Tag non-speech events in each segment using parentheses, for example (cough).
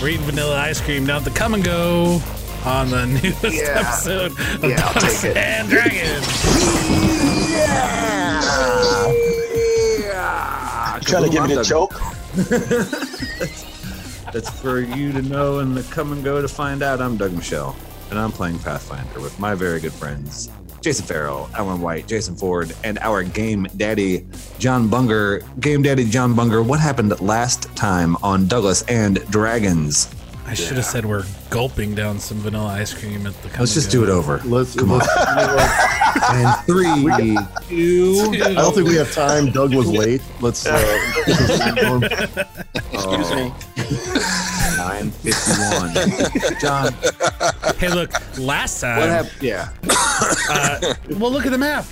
We're eating vanilla ice cream down at the come and go on the (laughs) newest Yeah. episode of Yeah, I'll Dungeons take it. and Dragons. Yeah. Trying to give me a choke. That's for you to know and the come and go to find out. I'm Doug Michelle, and I'm playing Pathfinder with my very good friends Jason Farrell, Alan White, Jason Ford, and our game daddy, John Bunger. Game daddy, John Bunger, what happened last time on Douglas and Dragons? I should have said we're gulping down some vanilla ice cream at the come Let's and just go. do it over. Let's Come on. let's- you know what? (laughs) And three, two. I don't think we have time. Doug was late. Let's. Uh, Excuse me. 951. John, Hey, look, last time. what happened? Yeah. Uh, well, look at the map.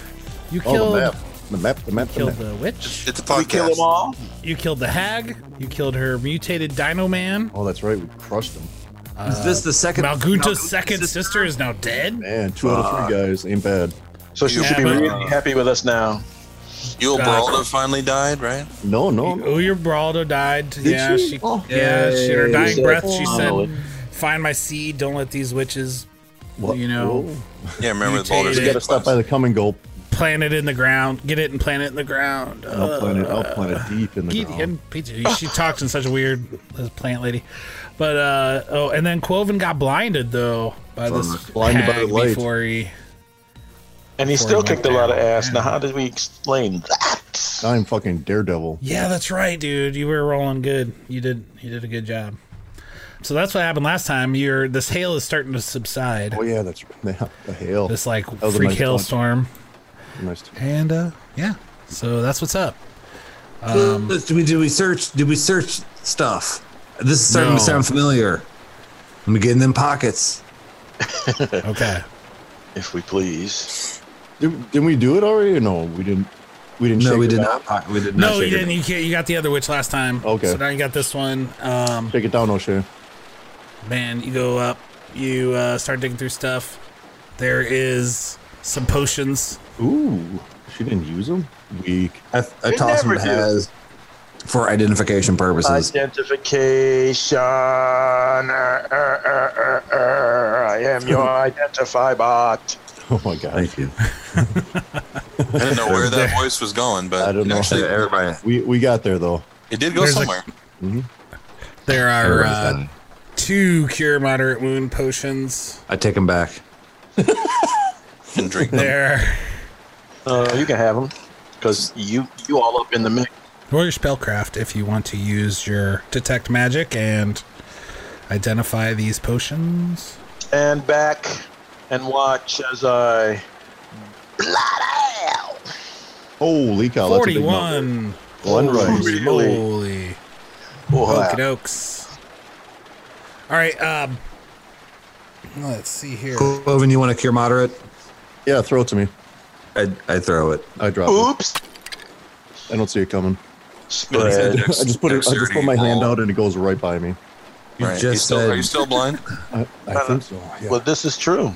You oh, killed, the map. The map. The map. The killed map. the witch. It's a We kill them podcast. all. You killed the hag. You killed her mutated Dino Man. Oh, that's right. We crushed them. Uh, is this the second? Malgunta's Malgunta's second sister? is now dead. Man, two out of three Uh, guys ain't bad. So she Yeah, should be but- really happy with us now. You and Uh, Geraldo finally died, right? No, no. no. Oh, your Braldo died. yeah, she. Oh, yeah, she, her Yay. dying Said, breath. She "Follow said, "Find my seed. Don't let these witches, what? you know, Whoa. Yeah, remember the Mutated. Baldur's You Gate gotta stop by quest. the come and go. plant it in the ground. Get it and plant it in the ground." Uh, uh, I'll plant it. I'll plant it deep in the Get- ground. and Pizza- She talked in such a weird this plant lady, but uh oh, and then Quoven got blinded though by Oh, this blinded by hag the light. before he. And he still kicked a lot of ass. Now, how did we explain that? I'm fucking daredevil. Yeah, that's right, dude. You were rolling good. You did. You did a good job. So that's what happened last time. Your this hail is starting to subside. Oh yeah, that's (laughs) yeah, the hail. This like was a freak nice hailstorm, Nice to- and uh yeah. So that's what's up. Um, Did we do we search? Did we search stuff? This is starting No. to sound familiar. Let me get in them pockets. (laughs) Okay. If we please. Did, didn't we do it already? No, we didn't. We didn't. No, shake we it did down. not. po- We did not. no, shake you it. didn't. You can't, you got the other witch last time. Okay. So now you got this one. Um, Shake it down, O'Shea. man, you go up. You uh, start digging through stuff. There is some potions. Ooh, she didn't use them. Weak. (laughs) I, I We toss them never to do. Uh, Haz for identification purposes. Identification. Er, er, er, er, er. I am your identify bot. Oh my god. Thank you. I didn't know where that voice was going, but I don't it know. actually Everybody. We we got there though. it did go There's a- somewhere. There are everybody's uh, done. two cure moderate (laughs) wound potions. I take them back. and drink them. There. Uh, you can have them. Because you, you all up in the mix. Or your spellcraft if you want to use your detect magic and identify these potions. And back and watch as I. Holy cow! Oh, That's a big number. 41. One right. Holy Really? moly. Wow. Okie dokes. All right. Um, let's see here. Cloven, you want to cure moderate? Yeah, throw it to me. I, I throw it. I drop Oops. it. I don't see it coming. Spread. (laughs) I just put it. I just put my hand out and it goes right by me. You Right. You just still, are you said still blind? I, I think so. Yeah. Well, this is true.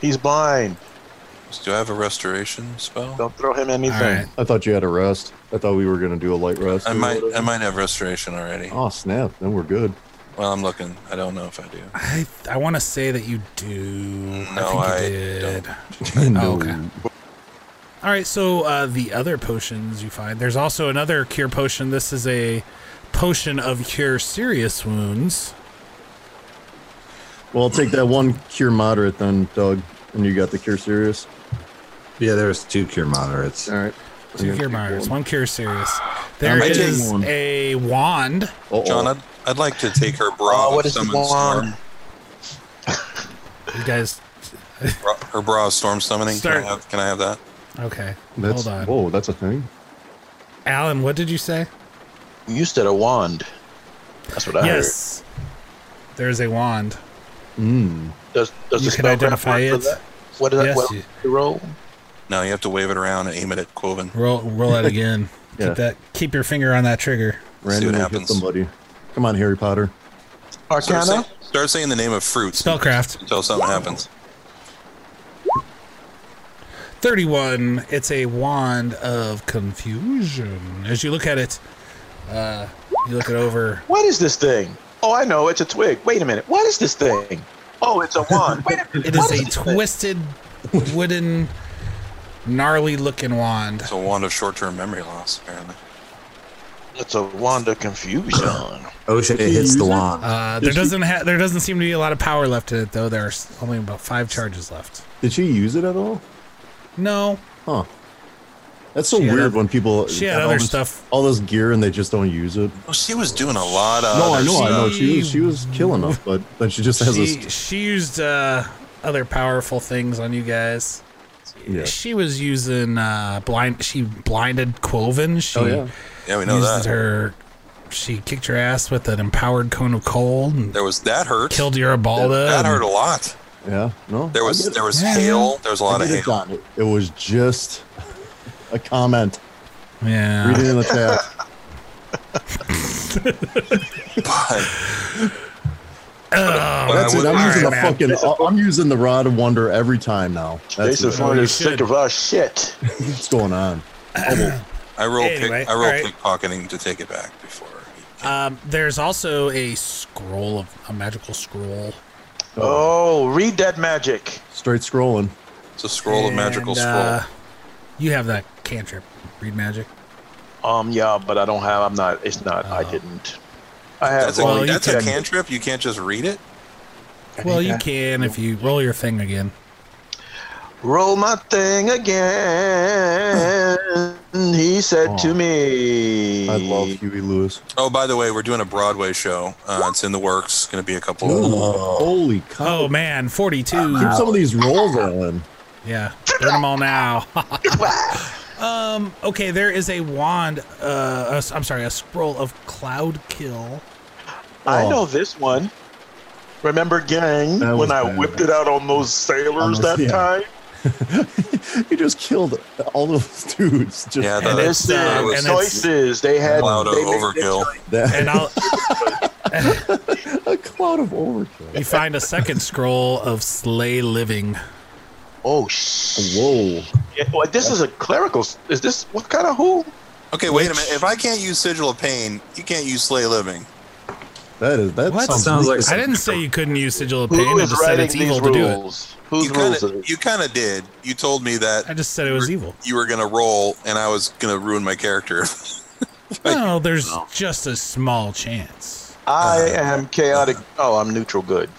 He's blind. Do I have a restoration spell? Don't throw him anything. All right. I thought you had a rest. I thought we were gonna do a light rest. I or might. I whatever. might have restoration already. Oh snap! Then we're good. Well, I'm looking. I don't know if I do. I I want to say that you do. No, I I think you did. (laughs) No. okay. All right, so uh, the other potions you find, there's also another cure potion. This is a potion of cure serious wounds. Well, I'll take that one cure moderate then, Doug. And you got the cure serious. yeah. There's two cure moderates. All right. Two cure minors, one cure serious. There might take is one. a wand. John, Oh, I'd, I'd like to take her bra. Oh, what is the summon wand? You guys Storm. Bra- Her bra is storm summoning. Start- Can, I have, can I have that? Okay. That's, Hold on. Whoa, that's a thing. Alan, what did you say? You said a wand. That's what I yes. There's a wand. Mm. heard. Does, does You the can spellcraft identify work for it. that? What did Yes, I, what you- you roll? No, you have to wave it around and aim it at Quoven. Roll roll that again. Yeah. Keep that keep your finger on that trigger. Randomly hit happens. somebody. Come on, Harry Potter. Start, Arcana? say- start saying the name of fruits Spellcraft. until something happens. 31. It's a wand of confusion. As you look at it, uh, you look it over. What is this thing? Oh, I know. It's a twig. Wait a minute. What is this thing? Oh, it's a (laughs) wand. Wait a minute. It what is a this thing? twisted, wooden, gnarly looking wand. It's a wand of short-term memory loss, apparently. It's a wand of confusion. OSHA hits the wand. Uh, there doesn't ha- there doesn't seem to be a lot of power left in it though. There are s- only about five charges left. Did she use it at all? No, Huh. That's so She had weird oth- when people she had have all other this- stuff. all this gear, and they just don't use it. Well, Oh, she was doing a lot of. no, I other know, I stuff. know. She was she was killing us, but then she just has she this. she used uh, other powerful things on you guys. Yeah. She was using uh, blind. She blinded Quoven. She Oh yeah. Yeah, we know used that. her. She kicked your ass with an empowered cone of cold and There was that hurt. killed Uribalda. that and- hurt a lot. Yeah. No. There I was get it. there was Yeah. hail. There was a lot I of get it, hail. John. It, it was just a comment yeah. reading in the (laughs) chat. (laughs) But Oh. That's it. would- I'm all using right, the man. fucking. I'm using the rod of wonder every time now. That's Jason it. Ford you is should. sick of our (laughs) shit. what's going on. I roll Anyway, pick, I roll all right. pickpocketing to take it back before. Um, there's also a scroll of a magical scroll. Oh, read that magic. Straight scrolling. It's a scroll of magical And, scroll. uh, you have that cantrip, read magic. Um, yeah, but I don't have. I'm not. It's not. I Oh. didn't. I have. that's a, well, you that's a can- cantrip. You can't just read it. Well, you can if you roll your thing again. Roll my thing again. he said to me. I (laughs) love Huey Lewis. Oh, by the way, we're doing a Broadway show. Uh, it's in the works. Going to be a couple. Holy cow! Oh man, forty-two. Keep some of these rolls (laughs) rolling. Yeah, burn them all now. (laughs) um. Okay, there is a wand. Uh, a s- I'm sorry, a scroll of cloud kill. I know this one. Remember, gang, That was when I bad. whipped it out on those sailors Almost, that yeah. time? you just killed all those (laughs) dudes. Just Yeah, that- And that- it's, This uh, that and is was it's- choices. They had. cloud of they made overkill. that- (laughs) And I'll, (laughs) a cloud of overkill. you find a second scroll of slay living. Oh shit! Whoa! Well, this is a clerical. Is this what kind of who? Okay, wait a minute. If I can't use Sigil of Pain, you can't use Slay Living. That is that What? sounds, Sounds like- I didn't say you couldn't use sigil of pain. Who I is just said writing it's evil these to do it. rules? Whose You rules are kind these? of you kind of did. You told me I that just said it was evil. (laughs) you were going to roll, and I was going to ruin my character. (laughs) No, there's just a small chance. I am chaotic. Oh, I'm neutral good.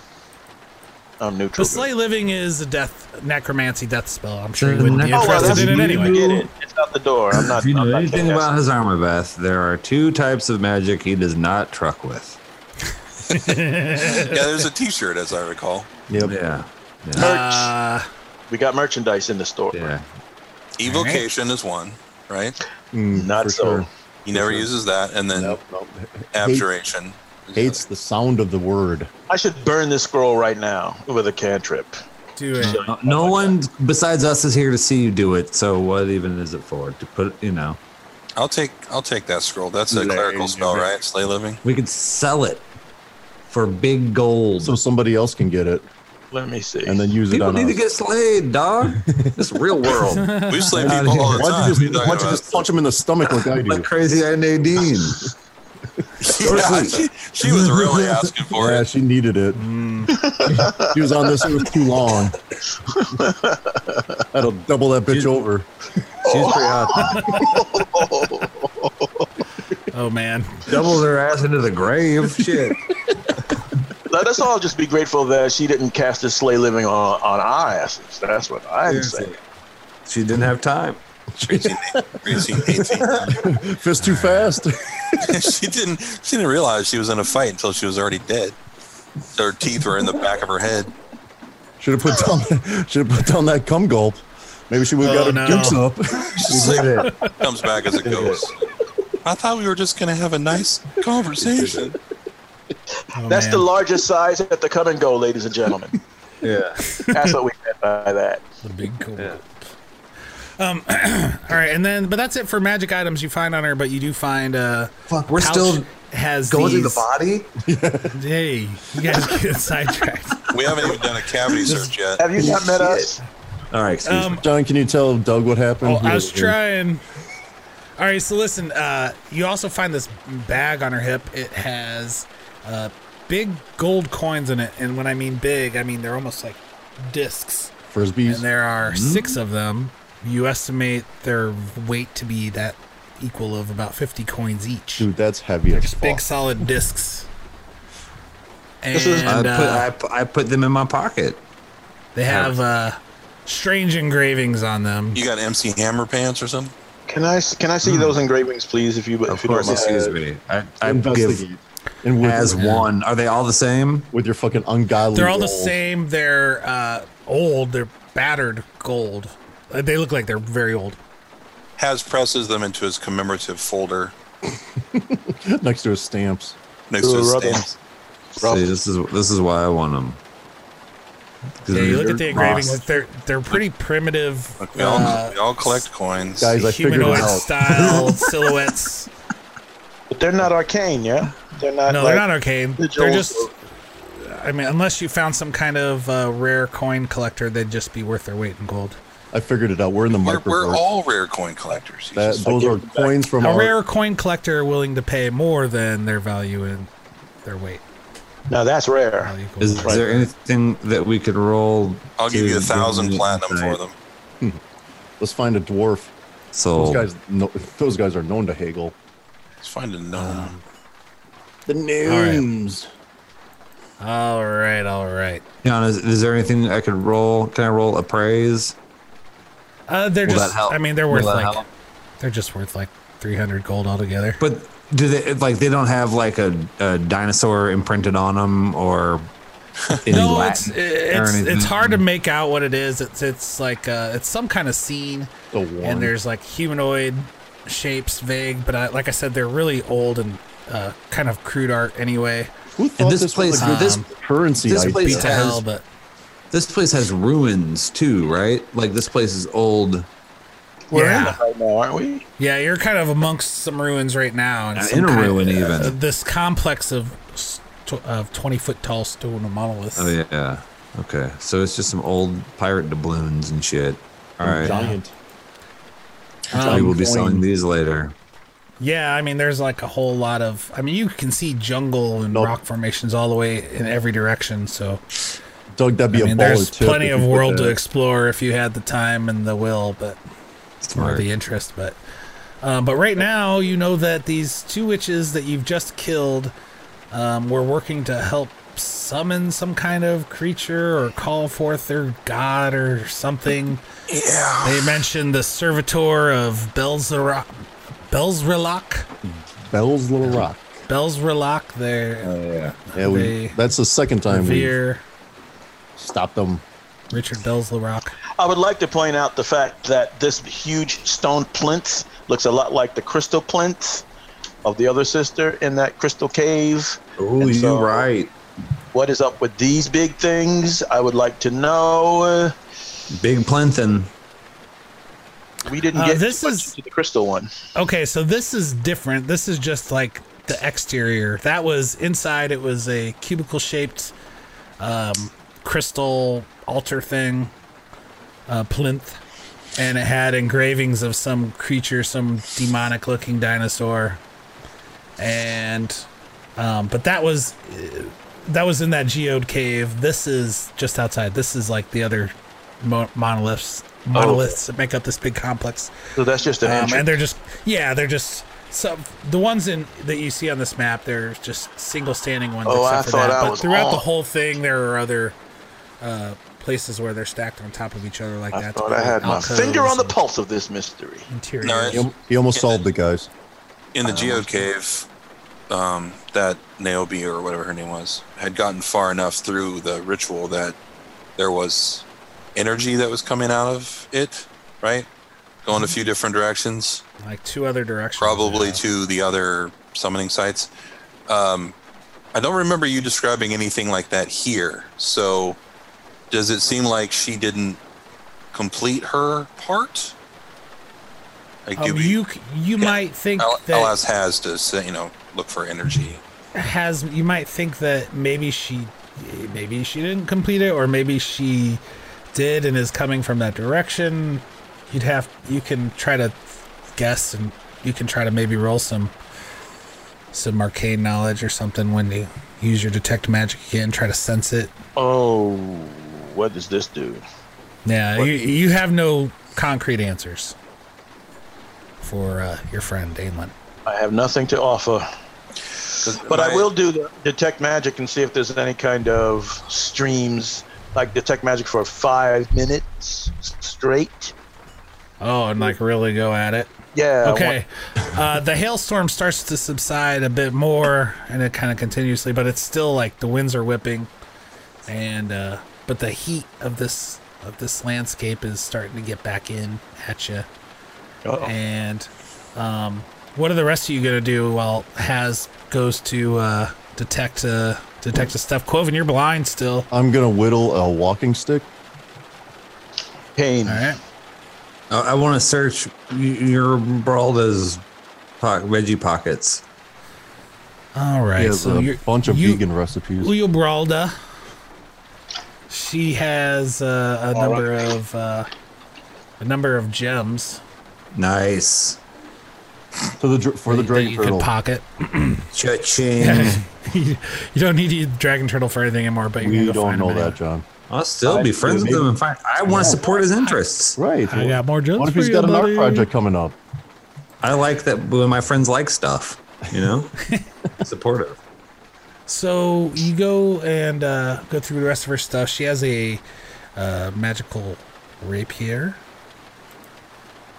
I'm neutral. But good. slay living is a death necromancy death spell. I'm sure The you wouldn't be necro- Oh, well, interested that's in it anyway. I get it. It's not the door. I'm (laughs) not. If you I'm know not anything chaos. about his Armaveth, there are two types of magic he does not truck with. yeah, there's a T-shirt, as I recall. Yep. Yeah. Yeah. merch. Uh, we got merchandise in the store. yeah. Evocation is one, right? Mm, Not for so. sure. He never uses that, and then Nope, nope. Abjuration. is the Hates the sound of the word. I should burn this scroll right now with a cantrip. do it. No, no one besides us is here to see you do it. So what even is it for? To put, you know, other. I'll take I'll take that scroll. That's a Slay clerical spell, Living. right? Slay Living. we could sell it for big gold. So somebody else can get it Let me see. and then use it People on need to us. get slayed, dog. This real world. We slay people all the why'd time. you What are you just, why'd you talking just punch him in the stomach like I do? like crazy Aunt Nadine. about? (laughs) Yeah, she, she was really (laughs) asking for yeah, it. she needed it. she was on this earth too long. That'll double that bitch over. She's pretty hot. (laughs) Oh man, Doubles her ass into the grave. Shit. Let us all just be grateful that she didn't cast this slay living on, on our asses. That's what I'm saying. She didn't have time. Crazy, crazy, 18. Fist too fast. (laughs) (laughs) she didn't she didn't realize she was in a fight until she was already dead. Her teeth were in the back of her head. Should have put down. Should have put down that cum gulp. Maybe she would Oh, have got no. her dukes up. She's she like, did it. comes back as a ghost. I thought we were just gonna have a nice conversation. Oh, That's man. the largest size at the come and go, ladies and gentlemen. (laughs) Yeah. That's what we meant by that. The big cool. Um, all right, and then but that's it for magic items you find on her. But you do find uh, Fuck, we're pouch still has going through the these- body. Hey, you guys (laughs) get sidetracked. We haven't even done a cavity search yet. Have you not met us? All right. Excuse Um, me. John, can you tell Doug what happened? Oh, I was He- he- trying. All right, so listen. Uh, you also find this bag on her hip. It has uh, big gold coins in it, and when I mean big, I mean they're almost like discs. Frisbees. And there are Hmm? six of them. You estimate their weight to be that equal of about fifty coins each. Dude, that's heavy as Just big fuck. solid discs. And I, put, uh, I, pu- I put them in my pocket. they have uh, strange engravings on them. You got MC Hammer pants or something? Can I can I see those engravings, please? If you Hmm. Of if you don't course, mind. excuse me. I, I give Investigate. And with, as one. Are they all the same? with your fucking ungodly. They're all the roll. same. They're uh, old. They're battered gold. Uh, They look like they're very old. Has presses them into his commemorative folder Next to his stamps. next to Ooh, his rubber. stamps. See, this is this is why I want them. Yeah, you look at the engravings. They're they're pretty primitive. We all, uh, we all collect coins. Guys, I figured it humanoid out. style silhouettes. But they're not arcane, yeah. They're not. No, like, they're not arcane. the They're Joel- just. I mean, unless you found some kind of uh, rare coin collector, they'd just be worth their weight in gold. I figured it out. We're in the We're, microverse. we're all rare coin collectors. You that, just- those are coins from A our rare coin collector willing to pay more than their value in their weight. Now that's rare. Value gold. Is, is there anything that we could roll? I'll give to you a thousand gain platinum insight? for them. Let's find a dwarf. Those So guys, know, those guys are known to haggle. Let's find a Um, gnome. The names. all right, all right. John, is, is there anything I could roll? Can I roll appraise? Uh, they're Will that just. help? I mean, they're Will worth that like. help? They're just worth like three hundred gold altogether. But do they like they don't have like a, a dinosaur imprinted on them or any no, it's Latin mm-hmm. or it's anything? it's hard to make out what it is. It's it's like uh, it's some kind of scene, The one. and there's like humanoid shapes, vague. But I, like I said, they're really old and uh, kind of crude art anyway. Who thought this this, was place- a good this- currency? this idea? place- Beat It to hell, has- but This place has ruins too, right? Like this place is old. We're in Yeah. it right now, aren't we? yeah, you're kind of amongst some ruins right now, and Uh, some in a kind- ruin even. uh, this complex of st- of twenty foot tall stone monoliths. Oh yeah. Okay. So it's just some old pirate doubloons and shit. All right. Giant. We will be coin. selling these later. Yeah, I mean, there's like a whole lot of. I mean, you can see jungle and Nope. rock formations all the way in every direction. So, Doug, that'd be I mean, a baller there's tip plenty if of you put world to that- explore if you had the time and the will, but or Smart. the interest. But, um, but right now, you know that these two witches that you've just killed um, were working to help summon some kind of creature or call forth their god or something. Yeah. They mentioned the servitor of Belzerok, Belzrelok. Bell's Little Rock. Belzrelok, their Yeah, we, They that's the second time we Revere, stopped them. Richard Belzlerock. I would like to point out the fact that this huge stone plinth looks a lot like the crystal plinth of the other sister in that crystal cave. Oh, And you're so- right. What is up with these big things? I would like to know. Big Plenthin. We didn't Uh, get this this is- to the crystal one. Okay, so this is different. This is just like the exterior. That was inside. It was a cubicle shaped um, crystal altar thing, uh, plinth, and it had engravings of some creature, some demonic looking dinosaur, and um, but that was uh, that was in that geode cave. This is just outside. This is like the other mo- monoliths monoliths that make up this big complex. So that's just an Um, entrance. and they're just yeah, they're just some the ones in that you see on this map. They're just single standing ones. Oh, except I for thought that. I but was throughout the off. whole thing, there are other uh, places where they're stacked on top of each other like I that. thought I had my Alcoves finger on the and pulse of this mystery. interiors. No, He, al- he almost solved it, guys. in the geode cave um, that naobi or whatever her name was had gotten far enough through the ritual that there was energy that was coming out of it right? Going a few different directions, like two other directions. probably Mm-hmm. yeah. to the other summoning sites. Um, I don't remember you describing anything like that here. So, does it seem like she didn't complete her part? Like, do Um, we, you c- you might think Al- that Alas has to, say, you know, look for energy. has you might think that maybe she maybe she didn't complete it or maybe she did and is coming from that direction you'd have you can try to guess and you can try to maybe roll some some arcane knowledge or something when you use your detect magic again try to sense it Oh, what does this do? yeah you, you have no concrete answers for uh, your friend Aelin. I have nothing to offer. But I My- will do the detect magic and see if there's any kind of streams, like detect magic for five minutes straight. oh and like really go at it Yeah. I want- Okay. Uh, the hailstorm starts to subside a bit more, and it kind of continuously, but it's still like the winds are whipping, and uh, but the heat of this of this landscape is starting to get back in at you. And um, what are the rest of you gonna do while Has goes to uh, detect uh, detect the stuff? Quoven, you're blind still. I'm gonna whittle a walking stick. Pain. All right. I, I want to search y- your Bralda's po- veggie pockets. All He right. has So a you're, bunch of you- vegan recipes. Uyo Bralda. She has uh, a number of uh, a number of gems Nice. for the dr- for the that dragon you turtle. could pocket. (laughs) Cha-ching. you don't need to use dragon turtle for anything anymore, but you're We gonna go don't find know him that, anyway. John. I'll still be friends with him and find. I want to support his interests. Right. I got more gems What if for he's you, got an art buddy. project coming (laughs) up? I like that when my friends like stuff, (laughs) you know? Supportive. So you go and uh, go through the rest of her stuff. She has a uh, magical rapier.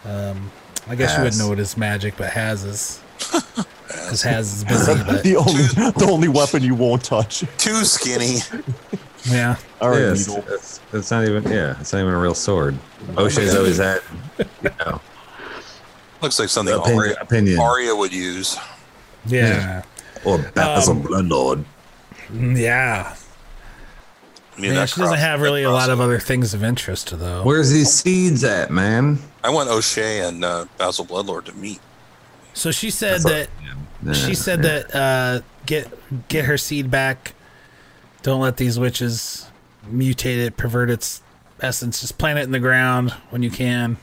Um, I guess you wouldn't Has. know it is magic, but has is because has is busy. (laughs) But The (laughs) only the only weapon you won't touch. Too skinny. yeah, All right, Yeah, it's, Beetle. it's- it's not even, yeah, it's not even a real sword. O'Shea's always had, you know, Looks like something opinion. Aria, opinion. Aria would use. yeah, Or Baptism Um, Blundlord. Mm, yeah. I mean, yeah, that she doesn't cross- have that really a lot cross- of other things of interest, though. Where's these seeds at, man? I want O'Shea and uh, Basil Bloodlord to meet. So she said That's all- that Yeah, she said yeah. that uh, get get her seed back. Don't let these witches mutate it, pervert its essence. Just plant it in the ground when you can.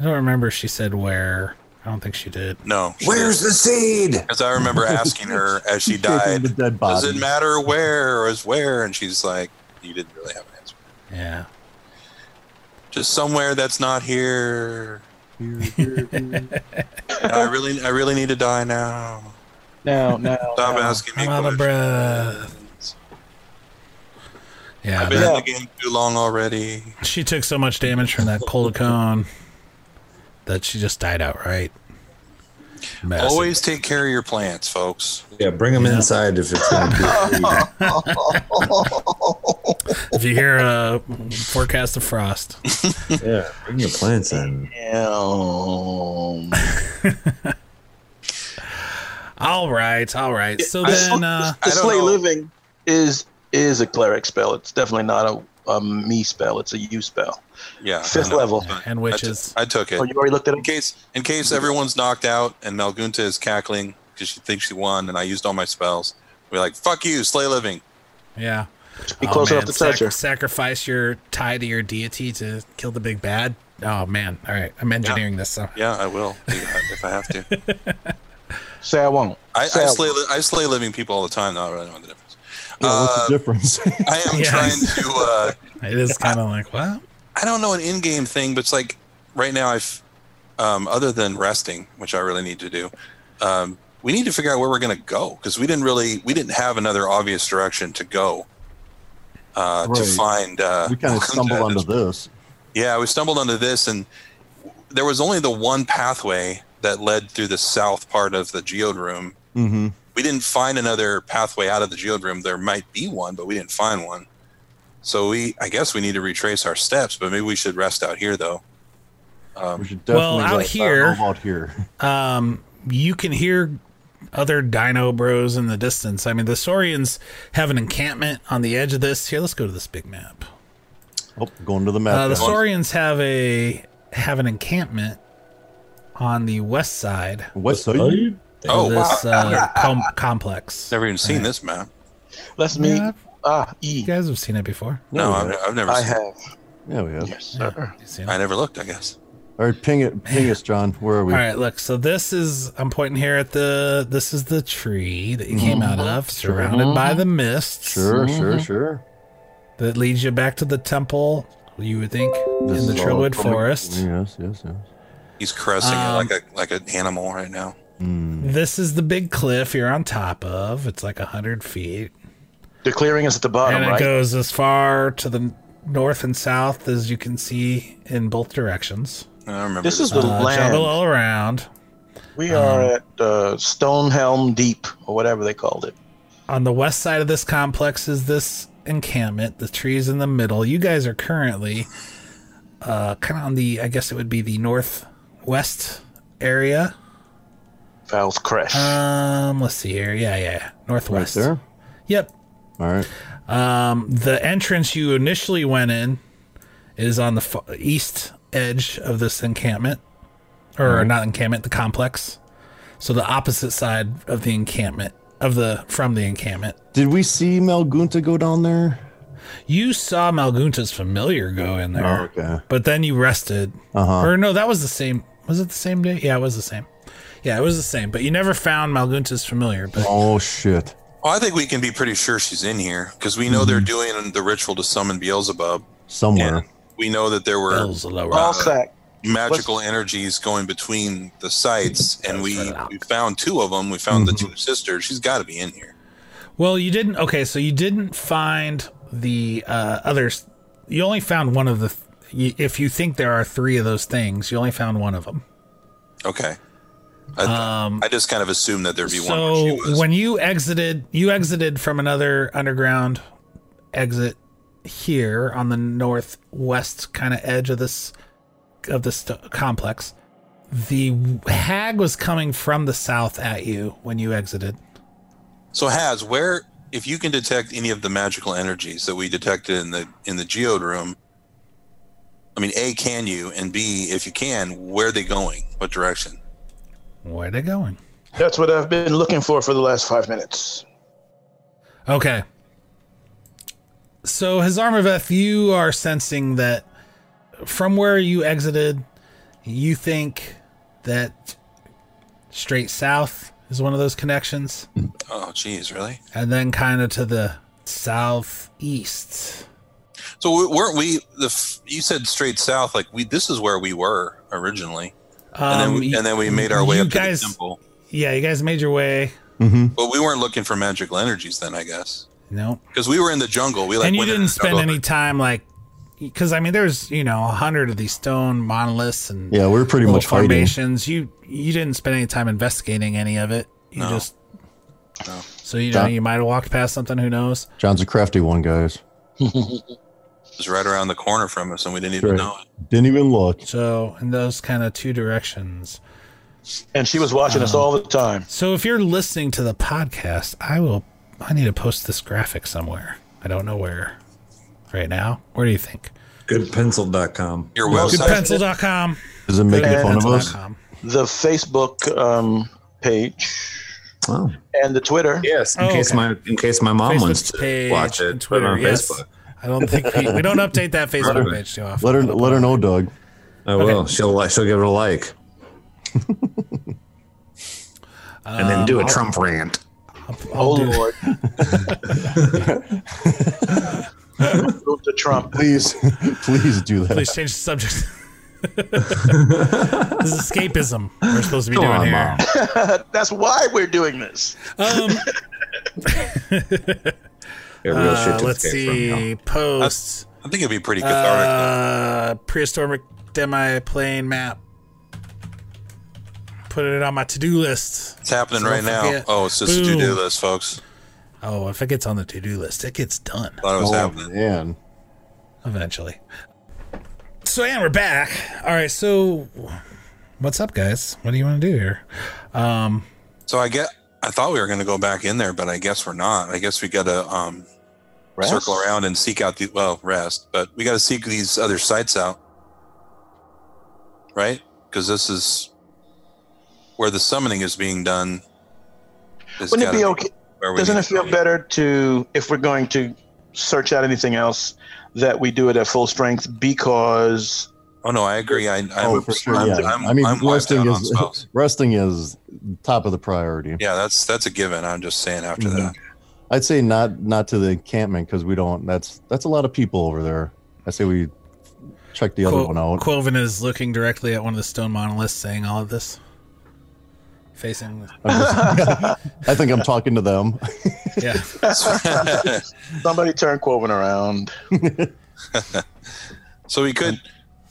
I don't remember if she said where. I don't think she did. No. she Where's the seed? Because I remember asking her as she Shaking The died, dead does body. it matter where or is where? And she's like, you didn't really have an answer. Yeah. Just somewhere that's (laughs) not here. And I really, I really need to die now. Now, now. Stop now. asking me I'm out of questions. Yeah. I've been that- in the game too long already. she took so much damage from that cold cone that she just died outright. Massive. Always take care of your plants, folks. Yeah, bring them inside if it's going to (laughs) be. If you hear a forecast of frost. Yeah, bring your plants in. Damn. All right, all right. So I- then, uh, I the don't slay know. living is is a cleric spell. It's definitely not a, a me spell. It's a you spell. Yeah. Fifth I know. level. and I took- witches. I took it. Oh, you already looked at In it. case, in case everyone's knocked out and Malgunta is cackling because she thinks she won, and I used all my spells. We're like, "Fuck you, slay living." Yeah. Oh, Be close man, enough to touch sac- her. Sacrifice your tie to your deity to kill the big bad. Oh man! All right, I'm engineering this. So Yeah, I will if I have to. Say I won't. I, I Say slay, li- I slay living people all the time. Not really know the difference. Yeah, what's Uh, the difference? (laughs) I (laughs) am Yeah. trying to. Uh, it is kind of like well, I don't know an in-game thing, but it's like right now I've, um, other than resting, which I really need to do, um, we need to figure out where we're going to go because we didn't really we didn't have another obvious direction to go. Uh, To Right. find, uh, we kind of Malgunta stumbled at onto this this. Yeah, we stumbled onto this, and there was only the one pathway that led through the south part of the geode room. Mm-hmm. We didn't find another pathway out of the geode room. There might be one, but we didn't find one. So we, I guess, we need to retrace our steps. But maybe we should rest out here, though. We should Well, definitely out let that here- know Out here. (laughs) you can hear other dino bros in the distance. I mean, the Saurians have an encampment on the edge of this. Here, let's go to this big map. Oh, going to the map. Uh, the guys. Saurians have a have an encampment on the west side What side? Oh, of wow. this uh, com- complex. Never even seen this map. Let's meet. Yeah. Ah, You E. guys have seen it before. No, Yeah. I've, I've never I seen have. Yeah, we have. Yes, sir. You've seen it. I never looked, I guess. All right, ping it, ping us, John. Where are we? All right, look. So this is I'm pointing here at the this is the tree that you came out of, surrounded by the mists Mm-hmm. Sure, sure, sure. that leads you back to the temple. You would think in This the is all Trillwood coming- Forest. Yes, yes, yes. He's caressing Um, it like a like an animal right now. This is the big cliff you're on top of. It's like hundred feet, The clearing is at the bottom, and it right? goes as far to the north and south as you can see in both directions. I remember This is the Uh, jungle land. all around. We are at uh, Stonehelm Deep, or whatever they called it. on the west side of this complex is this encampment. The trees in the middle. You guys are currently uh, kind of on the, I guess it would be the northwest area. Val's Crash. Um, let's see here. Yeah, yeah, yeah. Right northwest. there. Yep. All right. Um, the entrance you initially went in is on the fa- east edge of this encampment, or Mm-hmm. not encampment, the complex. So the opposite side of the encampment of the from the encampment. Did we see Malgunta go down there? You saw Malgunta's familiar go in there, okay. but then you rested. Uh-huh. Or no, that was the same. Was it the same day? Yeah, it was the same. Yeah, it was the same. But you never found Malgunta's familiar. But Oh shit. Well, I think we can be pretty sure she's in here because we know they're doing the ritual to summon Beelzebub, Somewhere. and we know that there were Bells of Lower- All sack. magical energies going between the sites, and we, we found two of them. We found the two sisters. She's got to be in here. well, you didn't. Okay, so you didn't find the uh, others. You only found one of the. you- if you think there are three of those things, you only found one of them. Okay. I, I just kind of assumed that there'd be one. where Um, so she was. when you exited you exited from another underground exit here on the northwest kind of edge of this of this st- complex the hag was coming from the south at you when you exited So Has, where if you can detect any of the magical energies that we detected in the in the geode room, I mean A, can you? And B, if you can, where are they going? What direction? where they going That's what I've been looking for for the last five minutes. Okay. So, Hazarmaveth, you are sensing that from where you exited, you think that straight south is one of those connections, Oh geez, really? and then kind of to the southeast. So w- weren't we the f- you said straight south like we this is where we were originally. And then we, y- and then we made our way Um, you up guys- to the temple. Yeah, you guys made your way. But we weren't looking for magical energies then, I guess. Nope. Cuz we were in the jungle. We like and you went in didn't the spend jungle. any time like, because I mean, there's you know a hundred of these stone monoliths and Yeah, we were pretty little much fighting. formations. You you didn't spend any time investigating any of it. You No. just so you know John- you might have walked past something. Who knows? John's a crafty one, guys. It was right around the corner from us and we didn't even Right. know it. Didn't even look. So in those kind of two directions. And she was watching us all the time. So if you're listening to the podcast, I will. I need to post this graphic somewhere. I don't know where. Right now, where do you think? Goodpencil.com. Your website Goodpencil.com. Is it making Yeah, fun of us? Pencil.com. The Facebook um, page Oh. and the Twitter. Yes, in Oh, case okay. my in case my mom wants Facebook to page watch it, and put it Twitter. on Yes. Facebook. I don't think we, we don't update that Facebook page too often. Let her let her know, Doug. I will. She'll li- she'll give it a like. (laughs) and then do a Trump rant. Oh I'll do- (laughs) Lord. Move to Trump. Please, (laughs) please do that. Please change the (laughs) subject. this is escapism we're supposed to be doing on, here. That's why we're doing this. Um, Yeah, real uh, shit to let's escape from, y'all. see. Posts. I think it'd be pretty cathartic. Uh, prehistoric demi plane map. Put it on my to do list. It's happening So right don't now. forget- Oh, it's just a Boom. to-do list, folks. Oh, if it gets on the to do list, it gets done Thought it was Oh happening. man, eventually. So yeah, we're back. All right, so what's up, guys? What do you want to do here? Um, So I get. I thought we were going to go back in there, but I guess we're not. I guess we got to um, Rest? circle around and seek out the well rest, but we got to seek these other sites out, right? Because this is where the summoning is being done. It's Wouldn't it gotta be okay? where we Doesn't need it feel to be. better to, if we're going to search out anything else, that we do it at full strength because Oh no, I agree. I, I'm, Oh, for sure. I'm, yeah. I'm, i mean, I'm wiped resting out on is (laughs) spells. resting is top of the priority. Yeah, that's that's a given. I'm just saying after Mhm. that. I'd say not not to the encampment because we don't. That's that's a lot of people over there. I say we check the other Quil- one out. Quilvin is looking directly at one of the stone monoliths, saying all of this, facing. the- I'm just- (laughs) (laughs) I think I'm talking to them. Yeah, (laughs) somebody turned Quoven around. so we could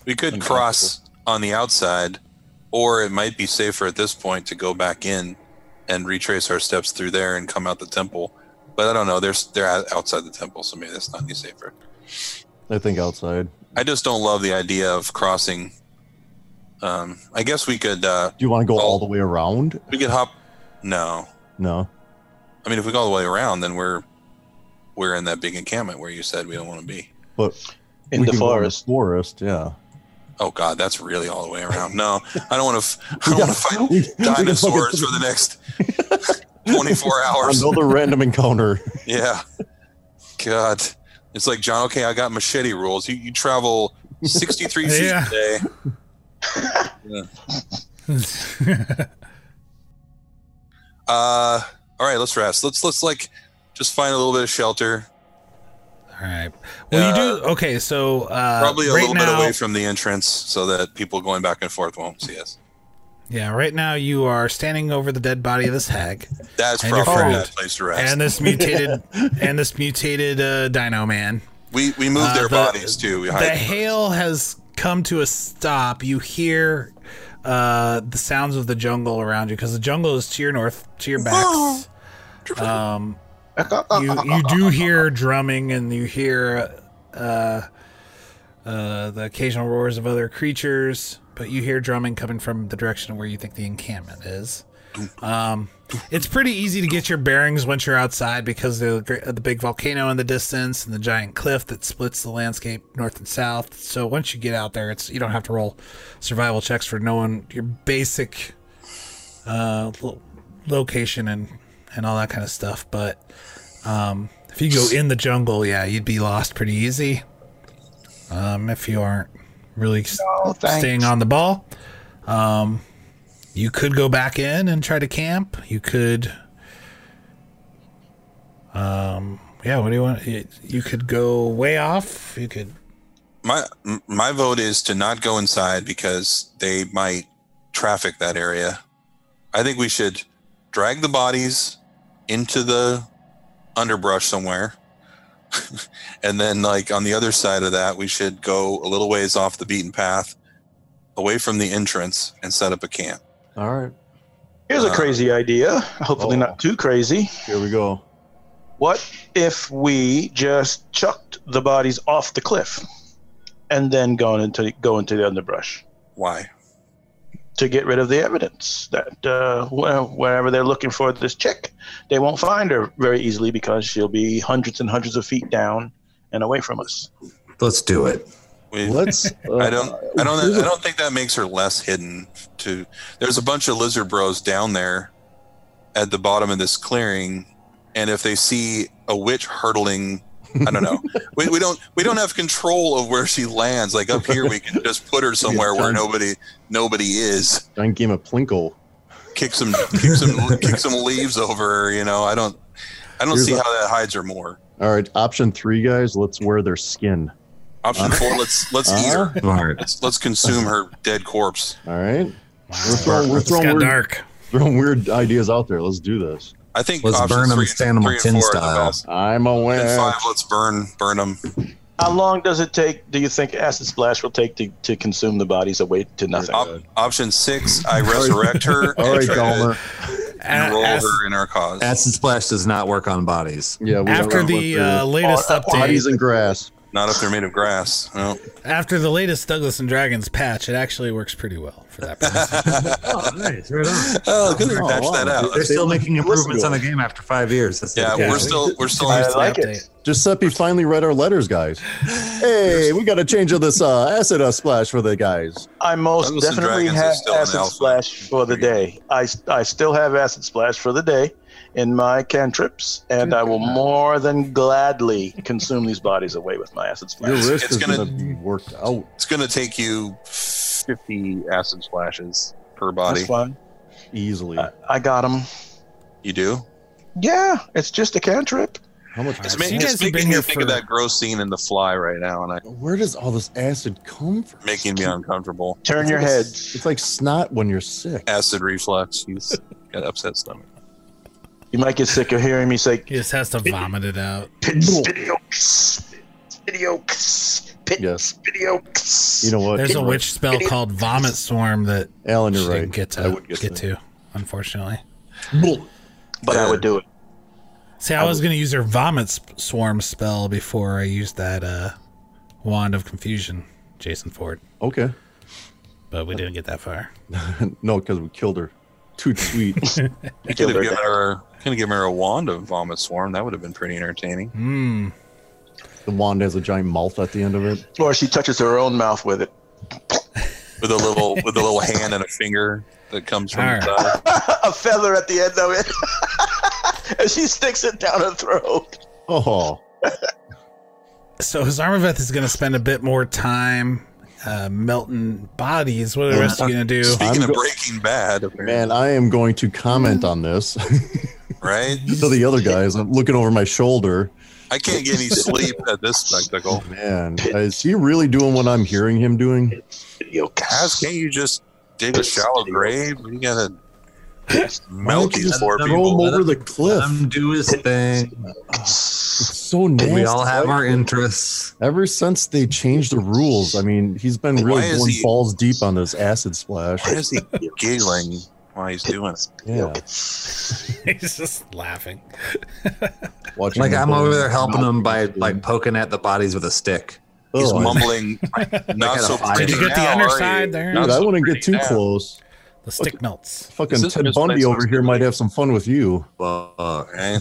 we could cross on the outside, or it might be safer at this point to go back in and retrace our steps through there and come out the temple. But I don't know. There's they're out- outside the temple, so maybe that's not any safer. I think outside. I just don't love the idea of crossing. Um, I guess we could uh, Do you want to go Oh. all the way around? we could hop. No, No. I mean if we go all the way around, then we're we're in that big encampment where you said we don't want to be. But In we the can go forest. forest, yeah. Oh God, that's really all the way around. No, I don't want to. F- I We don't want to got- fight we- we got fucking- dinosaurs for the next twenty-four hours. Another random (laughs) encounter. Yeah, God, it's like John. Okay, I got machete rules. You you travel sixty-three (laughs) feet Yeah. a day. Uh, all right, let's rest. Let's let's like just find a little bit of shelter. all right. Well, you do okay. So uh, Probably a right little bit now- away from the entrance, so that people going back and forth won't see us. Yeah, right now you are standing over the dead body of this hag That's And your probably a friend. bad place to rest. and this mutated (laughs) and this mutated uh, Dino Man. we we moved Uh, their the- bodies too. We the hide. hail has come to a stop. You hear uh, the sounds of the jungle around you because the jungle is to your north, to your backs. Um, you you do hear drumming and you hear uh, uh, the occasional roars of other creatures, but you hear drumming coming from the direction of where you think the encampment is. Um, it's pretty easy to get your bearings once you're outside because of the, the big volcano in the distance and the giant cliff that splits the landscape north and south. So once you get out there, it's you don't have to roll survival checks for knowing your basic uh, lo- location and and all that kind of stuff. But um, if you go in the jungle, yeah, you'd be lost pretty easy. Um, if you aren't really s- staying on the ball, um, you could go back in and try to camp. You could, um, yeah. What do you want? You, you could go way off. You could. my m- my vote is to not go inside because they might traffic that area. I think we should drag the bodies into the underbrush somewhere. (laughs) and then like on the other side of that, we should go a little ways off the beaten path away from the entrance and set up a camp. All right. Here's a Uh, crazy idea. Hopefully, oh. not too crazy. Here we go. (laughs) What if we just chucked the bodies off the cliff and then gone into go into the underbrush Why? to get rid of the evidence that uh, wh- wherever they're looking for this chick, they won't find her very easily because she'll be hundreds and hundreds of feet down and away from us. Let's do (laughs) it. We, Let's. Uh, I don't I don't I don't think that makes her less hidden to there's a bunch of lizard bros down there at the bottom of this clearing and if they see a witch hurtling I don't (laughs) know. we, we don't we don't have control of where she lands. Like up here we can just (laughs) put her somewhere where nobody nobody is. Giant game of Plinko. Kick some kick some kick some leaves over her, you know. I don't I don't Here's see a- how that hides her more. All right. Option three, guys. Let's wear their skin. Uh, Option four, let's let's eat uh-huh. her. Smart. Let's let's consume her dead corpse. All right. We're Wow. throwing, we're It's got throwing, weird, dark. throwing weird ideas out there. Let's do this. I think Let's options burn 'em three and- Stanimore three and Tin four are the style. best. I'm And aware. five, let's burn, burn them. How long does it take? Do you think acid splash will take to, to consume the bodies away to nothing? option six, (laughs) I resurrect her All and right, try Dahmer. to enroll As- her in our cause. Acid splash does not work on bodies. Yeah. We after the uh, latest Or- or update, bodies and grass. Not if they're made of grass. No. After the latest Douglas and Dragons patch, it actually works pretty well for that. price. (laughs) Oh, nice. Right on. Oh, good. they Oh, patched that wow. out. They're still making improvements to on the game after five years. That's Yeah, Yeah. we're still we're still I It's an like it. update. Giuseppe finally read our letters, (laughs) guys. Hey, we got to change of this uh, acid uh, splash for the guys. I most Dungeons and definitely Dragons have is still in acid alpha. splash for the day. I, I still have acid splash for the day in my cantrips, and I will more than gladly consume these bodies away with my acid Your splash. wrist It's is gonna- going to be worked out. It's gonna take you fifty acid splashes per body. That's fine. easily. Uh, I, I got them. You do. Yeah, it's just a cantrip. How much? It's, So you making guys it's have been making me here think of for- that gross scene in The Fly right now, and I Where does all this acid come from? making (laughs) me uncomfortable. Turn It's your like a s- heads. It's like snot when you're sick. Acid reflux. He's got upset stomach. You might get sick of hearing me say, He just has to vomit it out. "Pit spitioks, spitioks, pit Yes. spitioks." You know what? There's a witch spell called Vomit Storm that Alan, she you're right. didn't get I to would get, get to, unfortunately. but I would do it. See, I was going to use her Vomit sp- Swarm spell before I used that uh, Wand of Confusion, Jason Ford, Okay. but we didn't get that far. No, because we killed her. Too (laughs) sweet. You could have given her could have given her a wand of vomit swarm. That would have been pretty entertaining. Hmm. the wand has a giant mouth at the end of it. Or she touches her own mouth with it. With a little with a little hand and a finger that comes from All the side. a feather at the end of it. and she sticks it (laughs) down her throat. Oh, So Zarmaveth is going to spend a bit more time uh, melting bodies. What are the rest of you going to do? Speaking I'm of go- Breaking Bad, man, I am going to comment on this (laughs) right? to the other guys. I'm looking over my shoulder. I can't get any sleep at this spectacle. Man, is he really doing what I'm hearing him doing? Yo, Guys, can't you just dig a shallow grave? You gotta melt Why don't you these just poor throw people. him over the Let cliff. him do his thing. It's so nasty. We all have our interests. Ever since they changed the rules, I mean, he's been Why really is going he- balls deep on this acid splash. Why is he giggling while he's doing it? Yeah, (laughs) He's just laughing. watching Like him I'm burn. over there helping him by like poking at the bodies with a stick. He's Oh, I- mumbling. Not gotta so find pretty it. Did you get the now, are underside you? there? Not Dude, I so wouldn't pretty get too now. close. The stick melts. Fucking Is this Ted misplaced Bundy over here hostility? might have some fun with you. Fuck. Okay.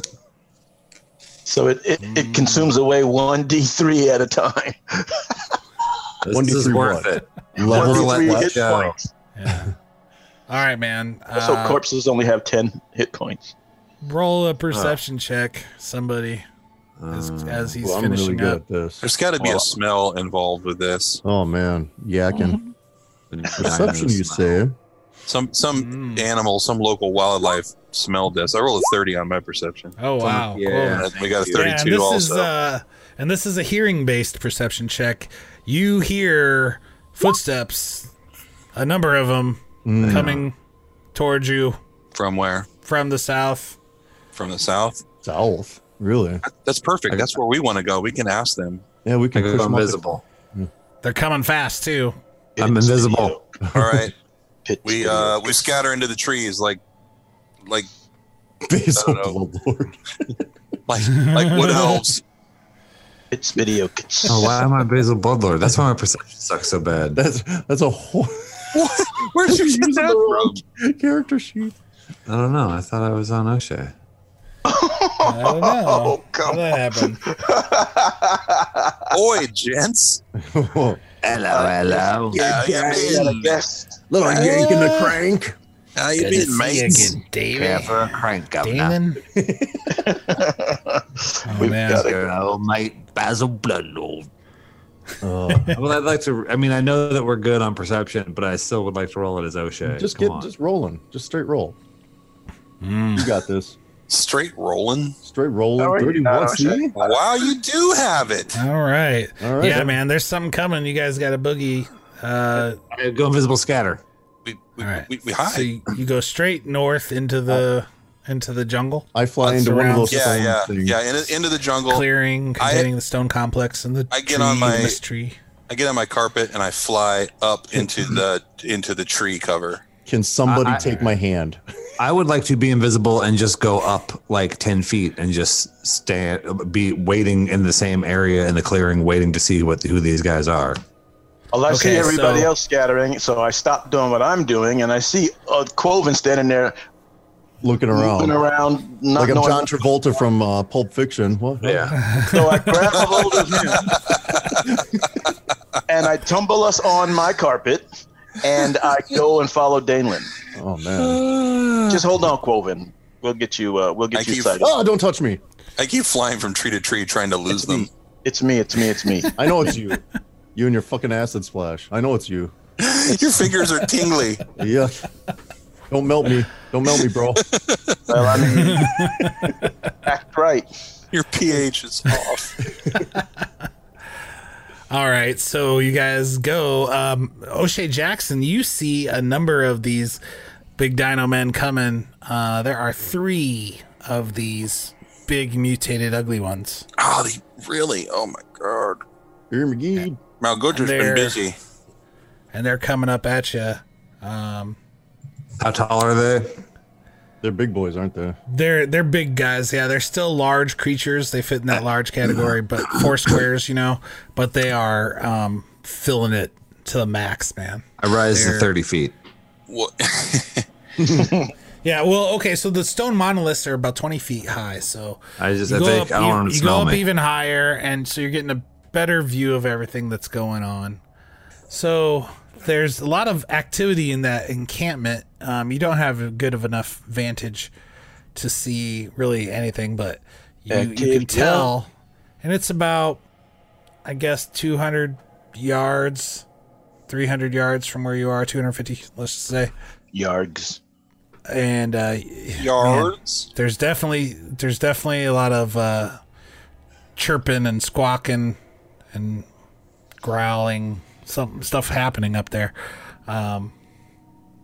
So it, it, it consumes away one D3 at a time. One, This two, is three, worth one. it. Level Never one let D3 that hit go. points. (laughs) Yeah. All right, man. Also, Uh, corpses only have 10 hit points. roll a perception check, somebody, as, Uh, Um, as he's Well, I'm really finishing good up. at this. There's got to be a smell involved with this. Oh man, (laughs) yakking. Perception, you say? Some some Mm. animal, some local wildlife smelled this. I rolled a thirty on my perception. Oh wow! Yeah. Cool. And we got a Yeah, Yeah, and thirty-two this is also. uh, and this is a hearing-based perception check. You hear footsteps, a number of them Mm. coming towards you From where? from the south. From the south. South, really? That's perfect. That's where we want to go. We can ask (laughs) them. Yeah, we I can push go him up the- invisible. They're coming fast too. I'm (laughs) invisible. All right. Pit we uh we scatter into the trees like like Basil, I don't the Lord. (laughs) like like (laughs) wood elves. Pit video. Oh, why am I Basil Bloodlord? That's why my perception sucks so bad. That's that's a whole (laughs) Where'd you get that from? character sheet. (laughs) I don't know. I thought I was on O'Shea. I don't know. (laughs) Oh, come How'd that happened. Oi, gents. Whoa. Hello, hello. Yeah, you I mean, guess. Little yank in the crank. how you been, mates? David. crank Damon. oh man. Your old mate Basil Bloodlord. well, I'd like to. I mean, I know that we're good on perception, but I still would like to roll it as O'Shea. just Come get on. just rolling. Just straight roll. Hmm. You got this. Straight rolling. Straight rolling. How are you? Thirty-one. Uh, See? Wow, you do have it. All right. All right. Yeah, man. There's something coming. You guys got a boogie. Uh, Uh, go invisible scatter. We we, all right. we, we hide. So you, you go straight north into the into the jungle I fly Let's into one of round- those yeah, stone yeah, things. yeah. In, into the jungle. clearing containing the stone complex and the I get tree, on my- this tree. I get on my carpet and I fly up into the into the tree cover. Can somebody I- I- take my hand? (laughs) I would like to be invisible and just go up like 10 feet and just stand, be waiting in the same area in the clearing, waiting to see what who these guys are. Well, I see Okay, everybody so- else scattering, so I stop doing what I'm doing, and I see uh, Quoven standing there, looking around. moving around, not Like I'm knowing. John Travolta from uh, Pulp Fiction. What? Yeah. So I grab a hold of him, and I tumble us on my carpet, and I go and follow Danelin. Oh man. Just hold on, Quoven. We'll get you. Uh, we'll I get you keep- sighted. Oh, don't touch me. I keep flying from tree to tree trying to lose them. It's me. It's me. It's me. I know it's you. you and your fucking acid splash. I know it's you. Your fingers are tingly. Yeah. Don't melt me. Don't melt me, bro. Well, I mean, act right. Your pH is off. All right, so you guys go. Um, O'Shea Jackson, you see a number of these big dino men coming. Uh, there are three of these big mutated ugly ones. Oh, they really? Oh my god. Here, McGee. Malgodra's been They're- busy. And they're coming up at you. Um, (laughs) How tall are they? They're big boys, aren't they? they're they're big guys, yeah. They're still large creatures. They fit in that large category, but four squares, you know. But they are um, filling it to the max, man. I rise They're- to 30 feet. What? (laughs) Yeah, well, okay. So the stone monoliths are about twenty feet high. So I just, you I go think, up, I don't you- want them to you go smell up me. even higher, and so you're getting a better view of everything that's going on. So there's a lot of activity in that encampment. Um, you don't have a good of enough vantage to see really anything, but you, you Active, can tell. And it's about, I guess, 200 yards, 300 yards from where you are, 250, let's just say. Yargs. And uh, Yards? there's definitely there's definitely a lot of uh, chirping and squawking and growling some stuff happening up there um,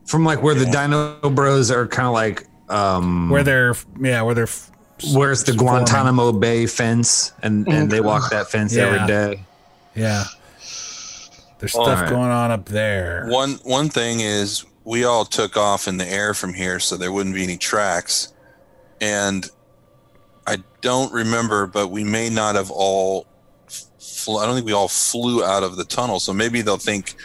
From like where the dino bros are kind of like, um, where they're yeah where they're f- where's the forming. Guantanamo Bay fence? And, and they walk that fence Yeah. every day. yeah there's All stuff right. going on up there One one thing is we all took off in the air from here, so there wouldn't be any tracks. And I don't remember, but we may not have all. Fl- I don't think we all flew out of the tunnel, so maybe they'll think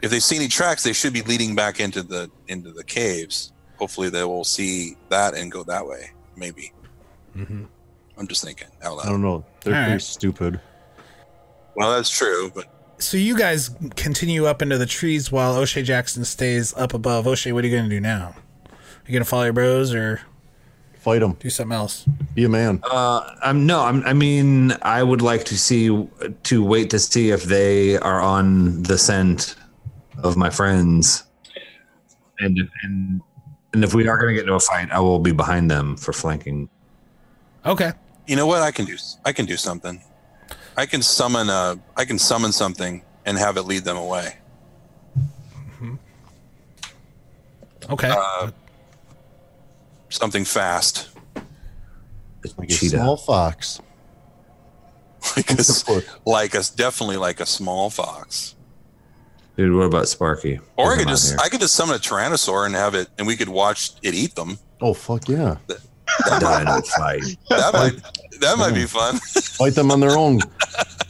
if they see any tracks, they should be leading back into the into the caves. Hopefully, they will see that and go that way. Maybe Mhm. I'm just thinking Mm-hmm. out I loud. don't know. They're All pretty right. stupid. Well, that's true, but so you guys continue up into the trees while O'Shea Jackson stays up above O'Shea what are you gonna do now you gonna follow your bros or Fight them. do something else Be a man. Uh, I'm no, I'm, I mean, I would like to see to wait to see if they are on the scent of my friends, and and and if we are going to get into a fight, I will be behind them for flanking. okay you know what i can do i can do something i can summon a i can summon something and have it lead them away okay something fast (laughs) It's Like a cheetah. small fox. like us like us definitely like a small fox Dude, what about Sparky? or i Get could him out just here. i could just summon a tyrannosaur and have it and we could watch it eat (laughs) them Oh fuck yeah! dino fight, that might that might be fun (laughs) Fight them on their own.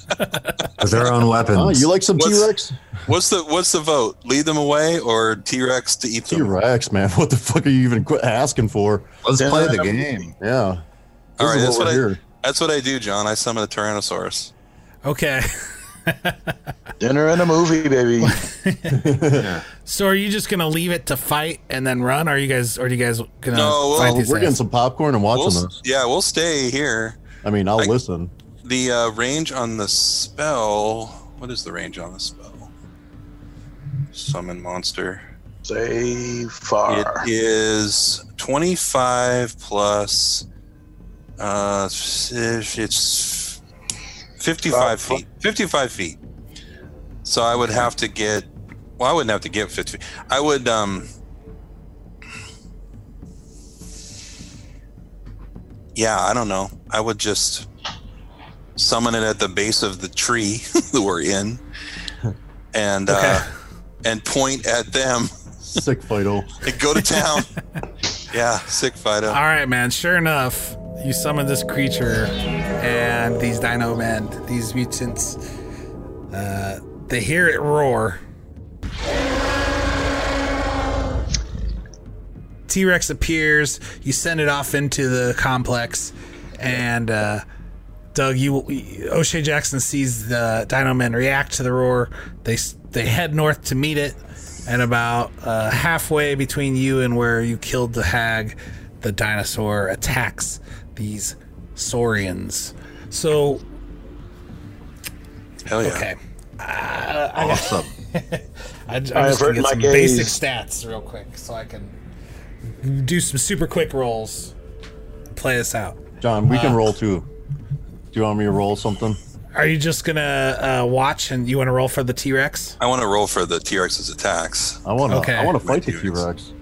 with their own (laughs) weapons. Oh, you like some T What's- Rex? what's the what's the vote lead them away or t-rex to eat them T Rex, man. (laughs) What the fuck are you even qu- asking for? Let's play the game. Yeah. all right is that's what what i we're here. that's what i do john i summon a tyrannosaurus okay (laughs) Dinner and a movie, baby. So are you just gonna leave it to fight and then run? Or are you guys? Or are you guys gonna? No, fight well, these We're getting guys? some popcorn and We'll watching s- this. yeah we'll stay here I mean, I'll I- listen. The uh, range on the spell. What is the range on the spell? Summon monster. Say It far. is 25 plus. Uh, it's 55 feet. 55 feet. So I would have to get. Well, I wouldn't have to get 50. I would. um Yeah, I don't know. I would just summon it at the base of the tree (laughs) that we're in, and uh, and point at them Sick Fido. Hey, go (laughs) to town. yeah, sick Fido. All right, man. Sure enough, you summon this creature, and these Dino men, these mutants, uh, they hear it roar. T Rex appears. You send it off into the complex, and uh, Doug, you O'Shea Jackson sees the Dino Men react to the roar. They they head north to meet it, and about uh, halfway between you and where you killed the hag, the dinosaur attacks these saurians. So Hell yeah. okay, (laughs) Awesome. I, I'm I just gonna avert get my some gaze. basic stats real quick so I can do some super quick rolls. Play this out. John, we Uh, can roll too. Do you want me to roll something? Are you just gonna uh, watch and you want to roll for the T Rex? I want to roll for the T Rex's attacks. Oh. I want to. Okay. I want to fight the Might T do it. Rex.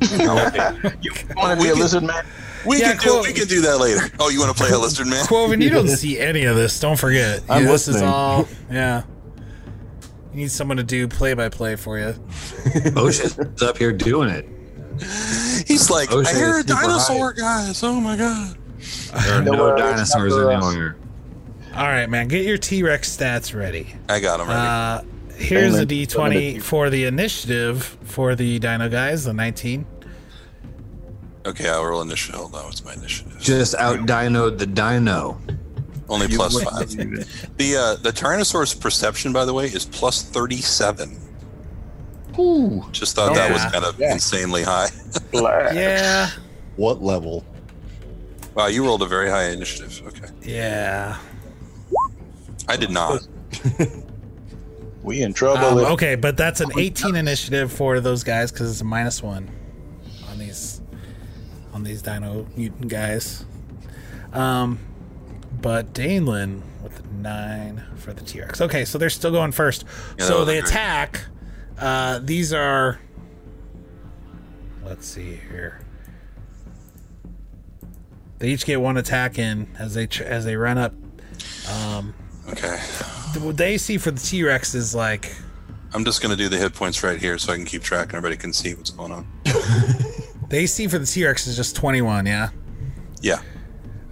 Want to be a lizard man? We Yeah, can cool. do we can do that later. Oh, you want to play a lizard man? Quoven, (laughs) you don't see any of this. Don't forget. I'm Yeah, this is listening. (laughs) all. Yeah. You need someone to do play by play for you. (laughs) Ocean's up here doing it. He's like, Oh, Ocean I hear is a super dinosaur, guys. Oh my god. (laughs) There are No no uh, worries, dinosaurs not for us. anywhere. All right, man. Get your T Rex stats ready. I got him ready. Uh, here's a Amen. D20 for the initiative for the Dino guys, the 19. okay, I'll roll initiative. Hold on, what's my initiative? Just out dinoed the dino. Only plus five. The uh, the Tyrannosaur's perception, by the way, is plus thirty-seven. Ooh. Just thought that was Yeah. kind of Yeah. insanely high. Black. Yeah. What level? Wow, you rolled a very high initiative. Okay, Yeah. I did not. We in trouble. Um, if- okay, but that's an 18 initiative for those guys because it's a minus one on these on these Dino Mutant guys. Um, but Danelin with the nine for the T Rex. Okay, so they're still going first. Yeah, that so was they great. attack. Uh, these are. Let's see here. They each get one attack in as they tr- as they run up. Okay, Th- What they see for the T Rex is like I'm just gonna do the hit points right here so I can keep track and everybody can see what's going on. They see for the T Rex is just 21, yeah? Yeah,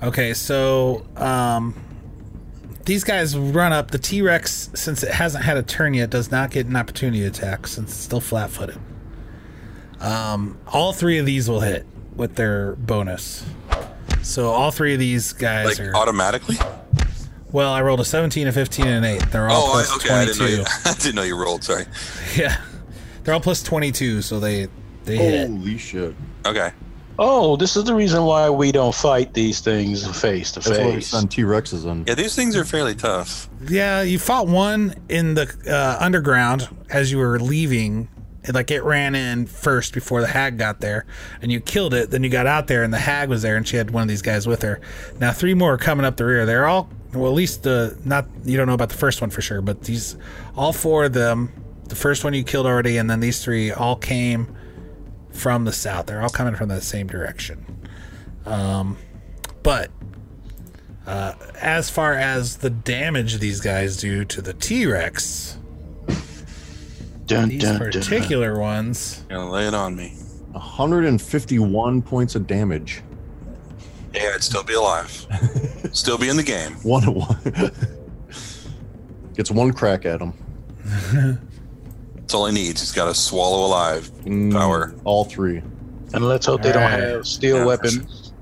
Okay, so um, these guys run up. The T Rex, since it hasn't had a turn yet, does not get an opportunity attack since it's still flat footed. Um, all three of these will hit with their bonus. So all three of these guys like are. automatically. well, I rolled a 17, a 15, and an 8. They're all Oh, plus I, okay. I didn't know 22. you. (laughs) I didn't know you rolled. Sorry. (laughs) yeah. They're all plus 22, so they, Oh, they hit. Holy shit! Okay. Oh, this is the reason why we don't fight these things face to That's what we face. send T Rexes in. Yeah, these things are fairly tough. Yeah, you fought one in the uh, underground as you were leaving. It, Like it ran in first before the hag got there, and you killed it. Then you got out there, and the hag was there, and she had one of these guys with her. Now three more are coming up the rear. They're all well, at least the not you don't know about the first one for sure, but these all four of them. The first one you killed already, and then these three all came from the south. They're all coming from the same direction. Um, but as far as the damage these guys do to the T Rex, Dun, these dun, dun. particular ones, You're gonna lay it on me. 151 points of damage. (laughs) Yeah, I'd still (laughs) be alive. still be in the game. One one. Gets one crack at him. That's all he needs. He's got to swallow alive power. Mm, All three. And let's hope they don't Alright. have steel Yeah, for sure. weapons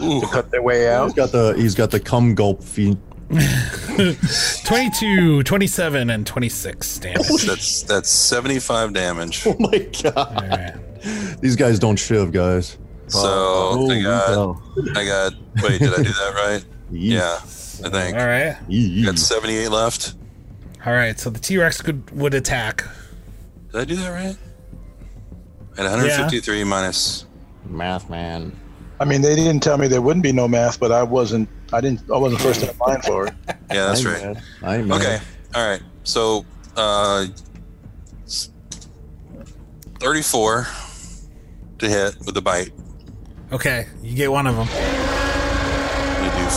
Ooh, to cut their way He's out. got the he's got the cum gulp feet. 22, 27, and 26 (laughs) damage. that's that's seventy-five damage. Oh my god! All right. These guys don't shiv, guys. So I Holy got, cow. I got. Wait, did I do that (laughs) right? Yee. Yeah, I think. All right. Yee. Got seventy-eight left. All right. So the T Rex could would attack. Did I do that right? At one hundred fifty-three minus. Math man. I mean, they didn't tell me there wouldn't be no math, but I wasn't. I didn't. I wasn't first in line for it. Yeah, that's I ain't right. mad. I ain't mad. Okay. All right. So, uh, s- thirty-four to hit with a bite. Okay. You get one of them. We do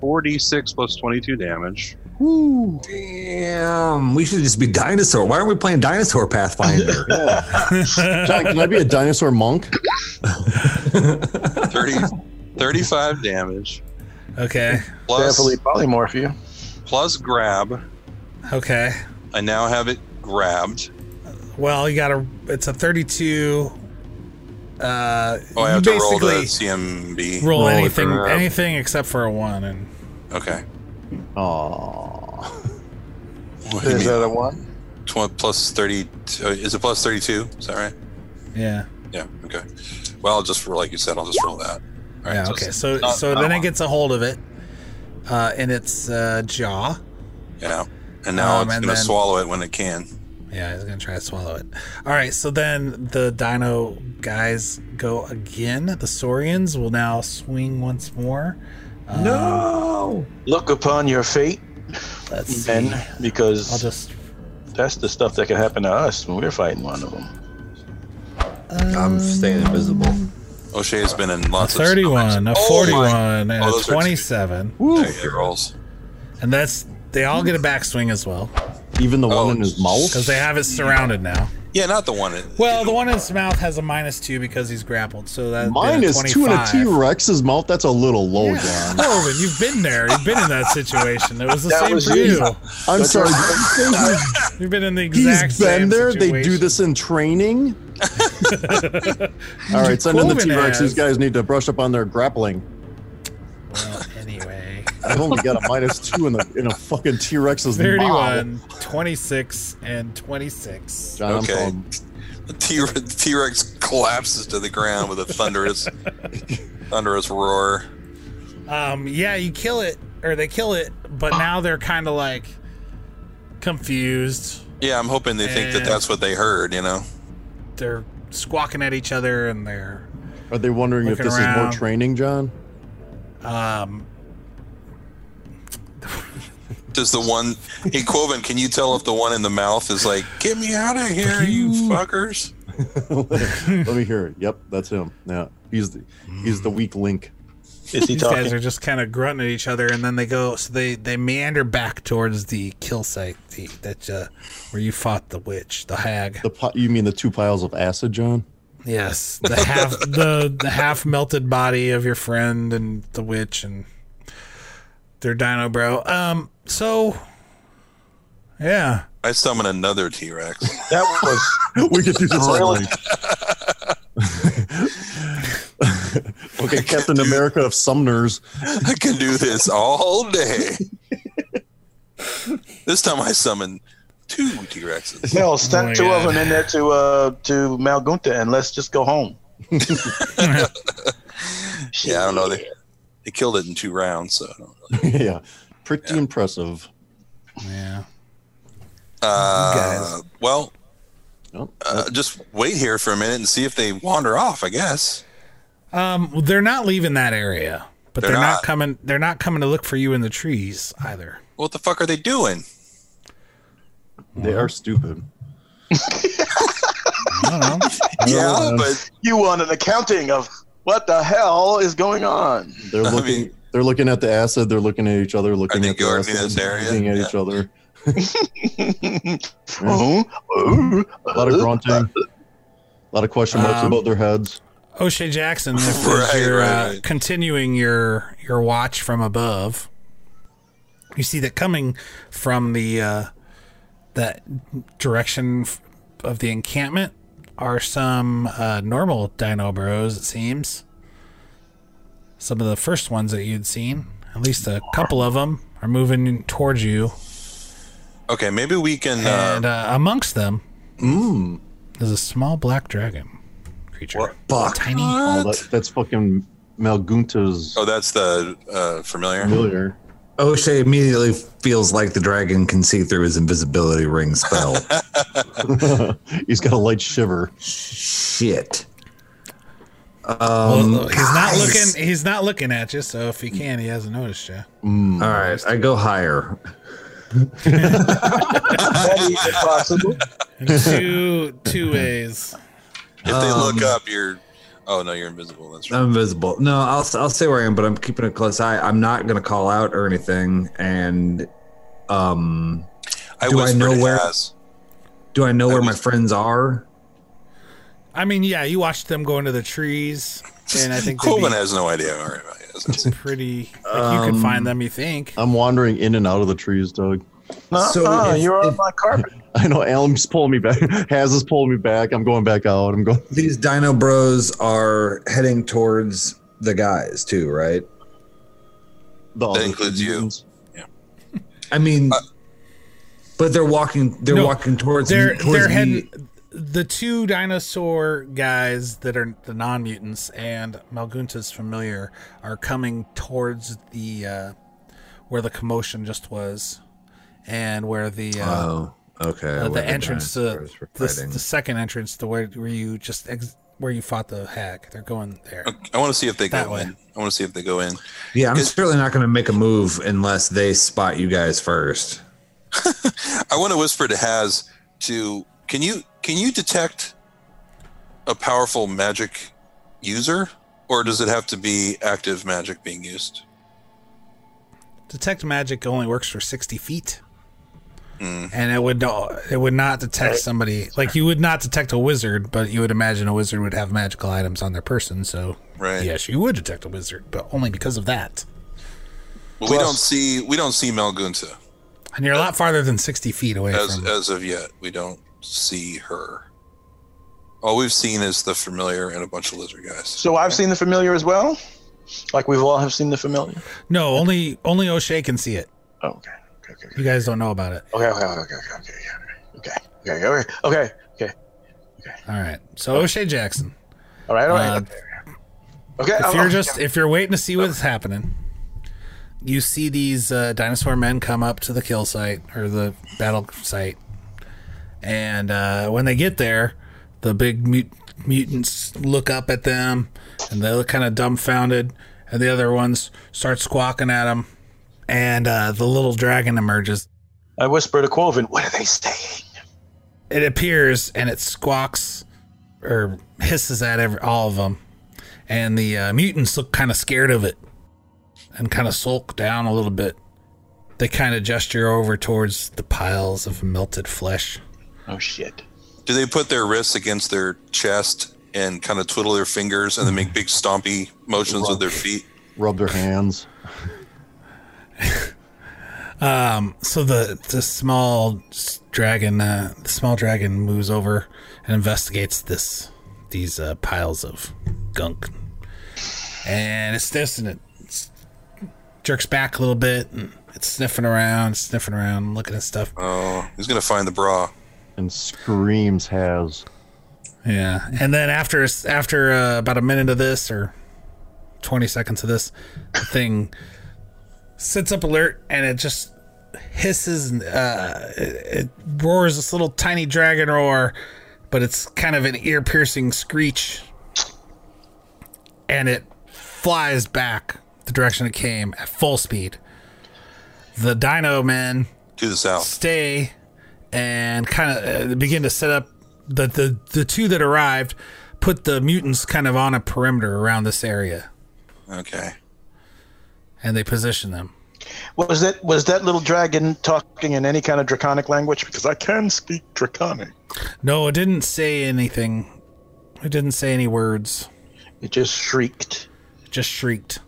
forty-six plus twenty-two damage. Woo! Damn, we should just be dinosaur. Why aren't we playing dinosaur Pathfinder? John, can I be a dinosaur monk? (laughs) 30, 35 damage. Okay. Plus, Definitely polymorph you. plus grab. Okay. I now have it grabbed. Well, you got to. It's a 32. Uh, Oh, I you have to roll the basically CMB. roll, roll it anything, for, uh, anything except for a one, and Okay. Aw. What do you mean? Is that a one? Tw- plus 30. uh, Is it plus 32? Is that right? yeah, Yeah. Okay. Well, I'll just roll, like you said, I'll just roll that. All right, yeah. so Okay, it's so not- so not then a it gets a hold of it, uh, in its uh, jaw. Yeah. And now Um, it's and going to then- swallow it when it can. Yeah, he's gonna try to swallow it. All right, so then the dino guys go again. The Saurians will now swing once more. no. Look upon your fate, Let's see. men, because I'll just. that's the stuff that could happen to us when we're fighting one of them. I'm staying invisible. O'Shea has been in A lots of 31, a Oh 41, and Oh, a those are two. 27. Hey, rolls. And that's. They all get a backswing as well Even the one Oh. in his mouth? because they have it surrounded now. Yeah, not the one. that- Well, the one in his mouth has a minus two because he's grappled. So that Mine is two in a T Rex's mouth. That's a little low, John. Corbin, you've been there. You've been in that situation. It was the That same was for you. you. I'm sorry. do you think (laughs) he's- You've been in the exact He's same been there. They do situation. this in training. All right, send in the T Cloven Rex. ass. These guys need to brush up on their grappling. (laughs) Well, (laughs) anyway. I've only got a minus two in the in a fucking T Rex's mouth. 31, 26, and 26. John, Okay. I'm calling. The T- the T-Rex collapses to the ground with a (laughs) thunderous, thunderous roar. Um, yeah, you kill it, or they kill it, but now they're kind of like confused. Yeah, I'm hoping they think that And- that's what they heard. You know, They're squawking at each other, and they're, Are they wondering Looking if this is around. more training, John? um, does the one? Hey, Quoven, can you tell if the one in the mouth is like, "Get me out of here, you fuckers"? Let me hear it. Yep, that's him. Yeah, he's the he's the weak link. (laughs) Is he these guys (laughs) talking? are just kind of grunting at each other, and then they go, so they, they meander back towards the kill site the, that, uh, where you fought the witch, the hag. The pi- you mean the two piles of acid, John? Yes, the half the, the half melted body of your friend and the witch and their dino bro. Um, so yeah, I summon another T-Rex. That was we could do this all Really? night. (laughs) okay, Captain America of Sumners. (laughs) I can do this all day. this time I summon two T-Rexes. hell. Oh my Send two of God. them in there to uh to Malgunta, and let's just go home. Yeah, I don't know. They they killed it in two rounds, so. I don't really- yeah, pretty impressive. yeah. Uh, well, Nope. uh, just wait here for a minute and see if they wander off. I guess. Um, they're not leaving that area, but they're, They're not. not. coming. They're not coming to look for you in the trees either. What the fuck are they doing? They are stupid. I don't know. Yeah, but You want an accounting of what the hell is going on? They're I looking. mean- they're looking at the acid. They're looking at each other. Looking they at the guarding acid. this area? Looking at Yeah. each other. Oh, oh, A lot of grunting. A lot of question marks Um, above their heads. O'Shea Jackson, if as Right, you're right, uh, right. continuing your your watch from above, you see that coming from the uh, that direction f- of the encampment are some uh, normal Dino Bros. It seems some of the first ones that you'd seen, at least a couple of them, are moving towards you, okay, maybe we can. and Uh, uh, amongst them Mm. is a small black dragon creature, Fuck. tiny. Ah. Oh, that, that's fucking Malgunta's uh, oh, that's the uh, familiar. familiar. O'Shea immediately feels like the dragon can see through his invisibility ring (laughs) spell. He's got a light shiver. Shit. Well, Um, he's not guys. looking. He's not looking at you. So if he can, he hasn't noticed you. All right, I go higher. that is (laughs) impossible. In two two (laughs) ways. If they look Um, up, you're. Oh no, you're invisible. That's right. I'm invisible. No, I'll I'll say where I am, but I'm keeping a close eye. I'm not gonna call out or anything, and Um, I Do I whispered know where- as. do I know where my was- friends are? I mean, yeah, you watched them go into the trees, and I think they'd Coleman be has no idea. All right, I guess that's- pretty. Like you can Um, find them, you uh, think? I'm wandering in and out of the trees, Doug. (laughs) No, So no, if- you're on if- my carpet. I know Alan's pulling me back. (laughs) Has is pulling me back. I'm going back out. I'm going. (laughs) These Dino Bros are heading towards the guys too, right? The other includes you. mutants. I mean, but they're walking. They're Uh, No, walking towards. They're towards e- they're me. heading the two dinosaur guys that are the non mutants and Malgunta's familiar are coming towards the uh, where the commotion just was, and where the uh, Oh, okay. uh, where the entrance to dinosaurs were the, fighting. the second entrance to where where you just ex- where you fought the hag. They're going Uh, there. I want to see if they That go way. in. I want to see if they go in. yeah, I'm is- certainly not going to make a move unless they spot you guys first. I want to whisper to Has to can you can you detect a powerful magic user, or does it have to be active magic being used? Detect magic only works for sixty feet, Mm. and it would no- it would not Uh, detect somebody like you would not detect a wizard, but you would imagine a wizard would have magical items on their person. So Right. yes, you would detect a wizard, but only because of that. Well, we Plus- don't see we don't see Malgunta And you're a Uh, lot farther than sixty feet away as from. as of yet. We don't see her. All we've seen is the familiar and a bunch of lizard guys. So I've seen the familiar as well. Like we've all have seen the familiar. no, only only O'Shea can see it. Oh, okay. Okay. Okay. You guys don't know about it. Okay. Okay. Okay. Okay. Okay. Okay. Okay. Okay. Okay. Okay. Okay. All right. So O'Shea Jackson. Oh. All right. All right. Uh, okay. Okay. if I'm- you're I'm- just if you're waiting to see what's happening you see these uh, dinosaur men come up to the kill site or the battle site and uh, when they get there the big mut- mutants look up at them and they look kind of dumbfounded and the other ones start squawking at them and uh, the little dragon emerges I whispered to Quoven, "What are they saying?" it appears and it squawks or hisses at every, all of them and the uh, mutants look kind of scared of it and kind of sulk down a little bit they kind of gesture over towards the piles of melted flesh Oh shit. Do they put their wrists against their chest and kind of twiddle their fingers and then Mm-hmm. make big stompy motions with their feet? Rub their hands. um so the the small s- dragon uh, the small dragon moves over and investigates this these uh, piles of gunk and it's this and it s- jerks back a little bit and it's sniffing around sniffing around looking at stuff Oh, he's gonna find the bra. and screams has Yeah, and then after after uh, about a minute of this or twenty seconds of this, the thing sits up alert and it just hisses. and, Uh, it, it roars this little tiny dragon roar, but it's kind of an ear piercing screech, and it flies back the direction it came at full speed. The Dino Men To the south. stay and kind of uh, begin to set up the, the the two that arrived put the mutants kind of on a perimeter around this area Okay. and they position them Was that was that little dragon talking in any kind of draconic language? Because I can speak draconic. no it didn't say anything it didn't say any words It just shrieked. It just shrieked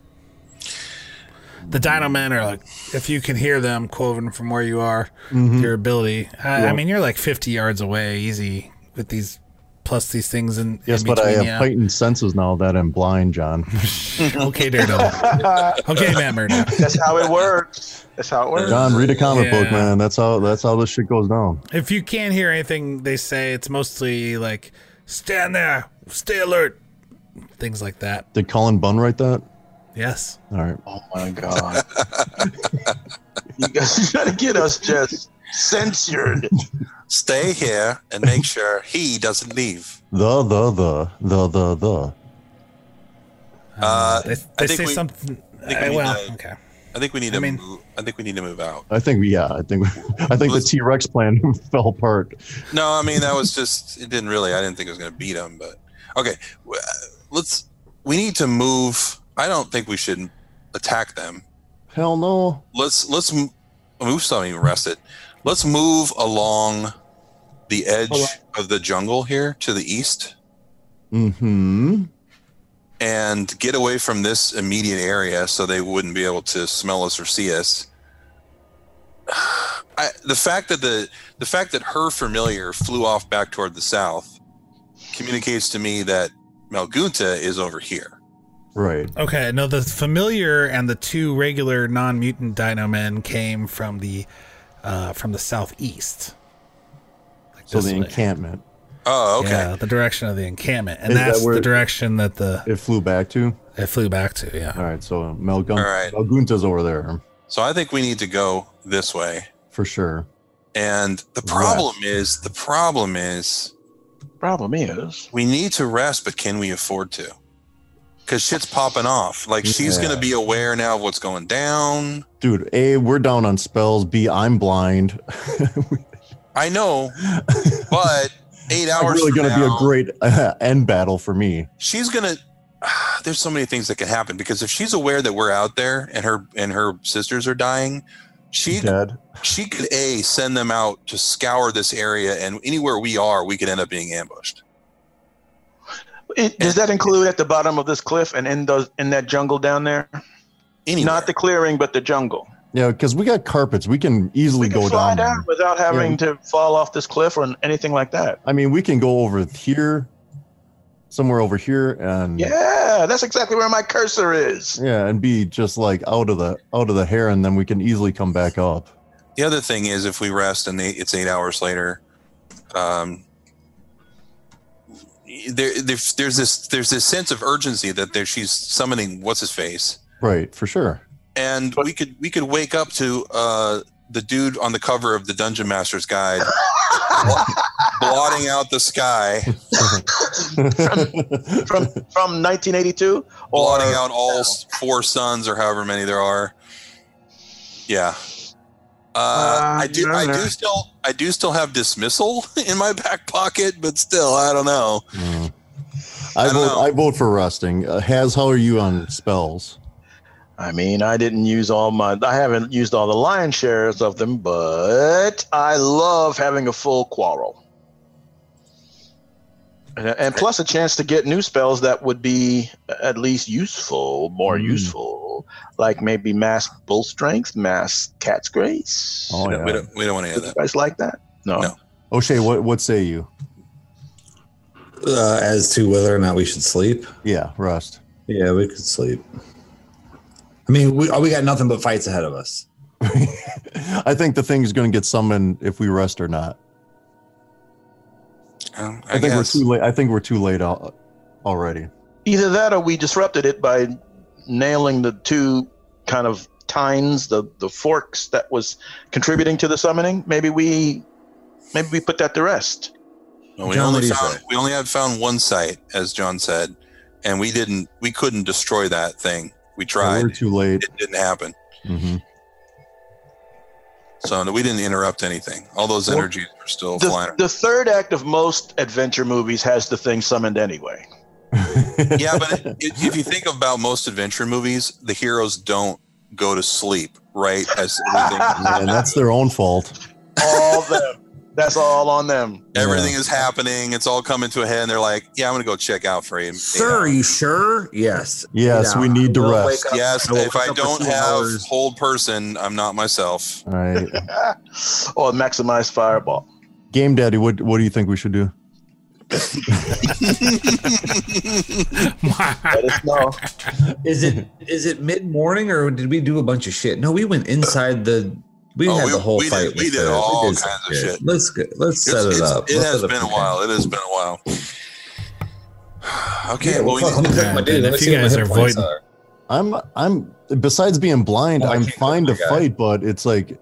the dino men are like if you can hear them cloven from where you are Mm-hmm. your ability I, I mean you're like 50 yards away easy with these plus these things in yes in but i between have ya. heightened senses now that i'm blind john (laughs) (laughs) okay daredevil okay matt murdock That's how it works. That's how it works. john read a comic Yeah. book man that's how that's how this shit goes down if you can't hear anything they say, it's mostly like stand there, stay alert, things like that. did colin bunn write that Yes. all right Oh my god! you guys gotta get us just censored. Stay here and (laughs) make sure he doesn't leave. the the the the the the Uh, they I they think say we- something. I think we uh, need well, to- okay. Uh, I think we need I to. mean- move, I think we need to move out. i think yeah i think (laughs) i think the Let's- t-rex plan (laughs) fell apart No, I mean that was just. It didn't really. I didn't think it was going to beat him, but okay. w- uh, Let's. We need to move. I don't think we should attack them. hell no Let's let's m- I mean, we still haven't even rested. Let's move along the edge of the jungle here to the east Mm-hmm. and get away from this immediate area so they wouldn't be able to smell us or see us. (sighs) I, the fact that the the fact that her familiar flew off back toward the south communicates to me that Malgunta is over here. Right. Okay, no, the familiar and the two regular non-mutant Dino Men came from the uh, from the southeast. Like So this the way. encampment Oh, okay. Yeah, the direction of the encampment, and Is that that's where- the direction that the it flew back to. it flew back to. Yeah. All right. So Melgun- All right. Melgunta's over there So I think we need to go this way. for sure. And the problem is the problem is Problem is, we need to rest, but can we afford to? Because shit's popping off. Like she's Yeah. gonna be aware now of what's going down. Dude, A, we're down on spells. B, I'm blind. (laughs) I know, but eight It's hours. really from going to be a now, great uh, end battle for me. She's gonna. (sighs) there's so many things that could happen because if she's aware that we're out there and her and her sisters are dying, she Dead. she could a send them out to scour this area and anywhere we are, we could end up being ambushed. it, does that include at the bottom of this cliff and in those in that jungle down there? Anywhere. Not the clearing, but the jungle. Yeah, because we got carpets. We can easily We can go fly down. down, there. without having we- to fall off this cliff or anything like that. I mean, we can go over here, somewhere over here, and Yeah, that's exactly where my cursor is. yeah, and be just like out of the out of the hair, and then we can easily come back up. the other thing is if we rest and they, it's eight hours later, um, there, there's, there's this there's this sense of urgency that there she's summoning what's his face. Right, for sure. and we could we could wake up to uh, the dude on the cover of the Dungeon (laughs) Master's Guide, blotting out the sky, From (laughs) from 1982 or blotting out all s- four suns or however many there are. Yeah. Uh, Uh, I do. no, I no. do still. I do still have dismissal (laughs) in my back pocket, but still, I don't know. Mm. I I don't vote. know. I vote for resting. Uh, Has, how are you on spells? I mean, I didn't use all my, I haven't used all the lion shares of them, but I love having a full quarrel. And, and plus a chance to get new spells that would be at least useful, more Mm. useful, like maybe mass bull strength, mass cat's grace. Oh We yeah. don't. We don't want to hear that. Guys like that? No. No. O'Shea, what what say you? Uh, as to whether or not we should sleep. Yeah, rest. Yeah, we could sleep. I mean, we, we got nothing but fights ahead of us. I think the thing is going to get summoned if we rest or not. Um, I, I, think guess. we're too late. I think we're too late al- already. Either that or we disrupted it by nailing the two kind of tines, the, the forks that was contributing to the summoning. Maybe we maybe we put that to rest. No, we John, what do only you found, say? we only had found one site, as John said, and we didn't. We couldn't destroy that thing. We tried. We're too late. it didn't happen. hmm So no, we didn't interrupt anything. All those Well, energies were still flying. The, the third act of most adventure movies has the thing summoned anyway. yeah, but it, it, if you think about most adventure movies, the heroes don't go to sleep right as (laughs) everything, and that's their own fault. All (laughs) them. That's all on them. everything is happening. It's all coming to a head, and they're like, "Yeah, I'm gonna go check out for you." Sir, are you sure? Yes. Yes, Yeah. we need to We'll rest. wake up- Yes, will if wake I up for don't two have hours. hold person, I'm not myself. All right, or maximize fireball. Game Daddy, what what do you think we should do? Let us know. Is (laughs) it is it mid morning or did we do a bunch of shit? No, we went inside the. We Oh, had we- the whole we did- fight. we with did the- all some kinds of shit. Let's get- let's It's- set it it's- up. It Let's has set been a up. while. It has been a while. (sighs) Okay, Yeah, well, we fuck, need I'm to- gonna check my Yeah, dude. dude, Let's if see you what my guys hit are points voiding- are. I'm I'm besides being blind, Oh, I I'm can't fine to cook for fight, but it's like,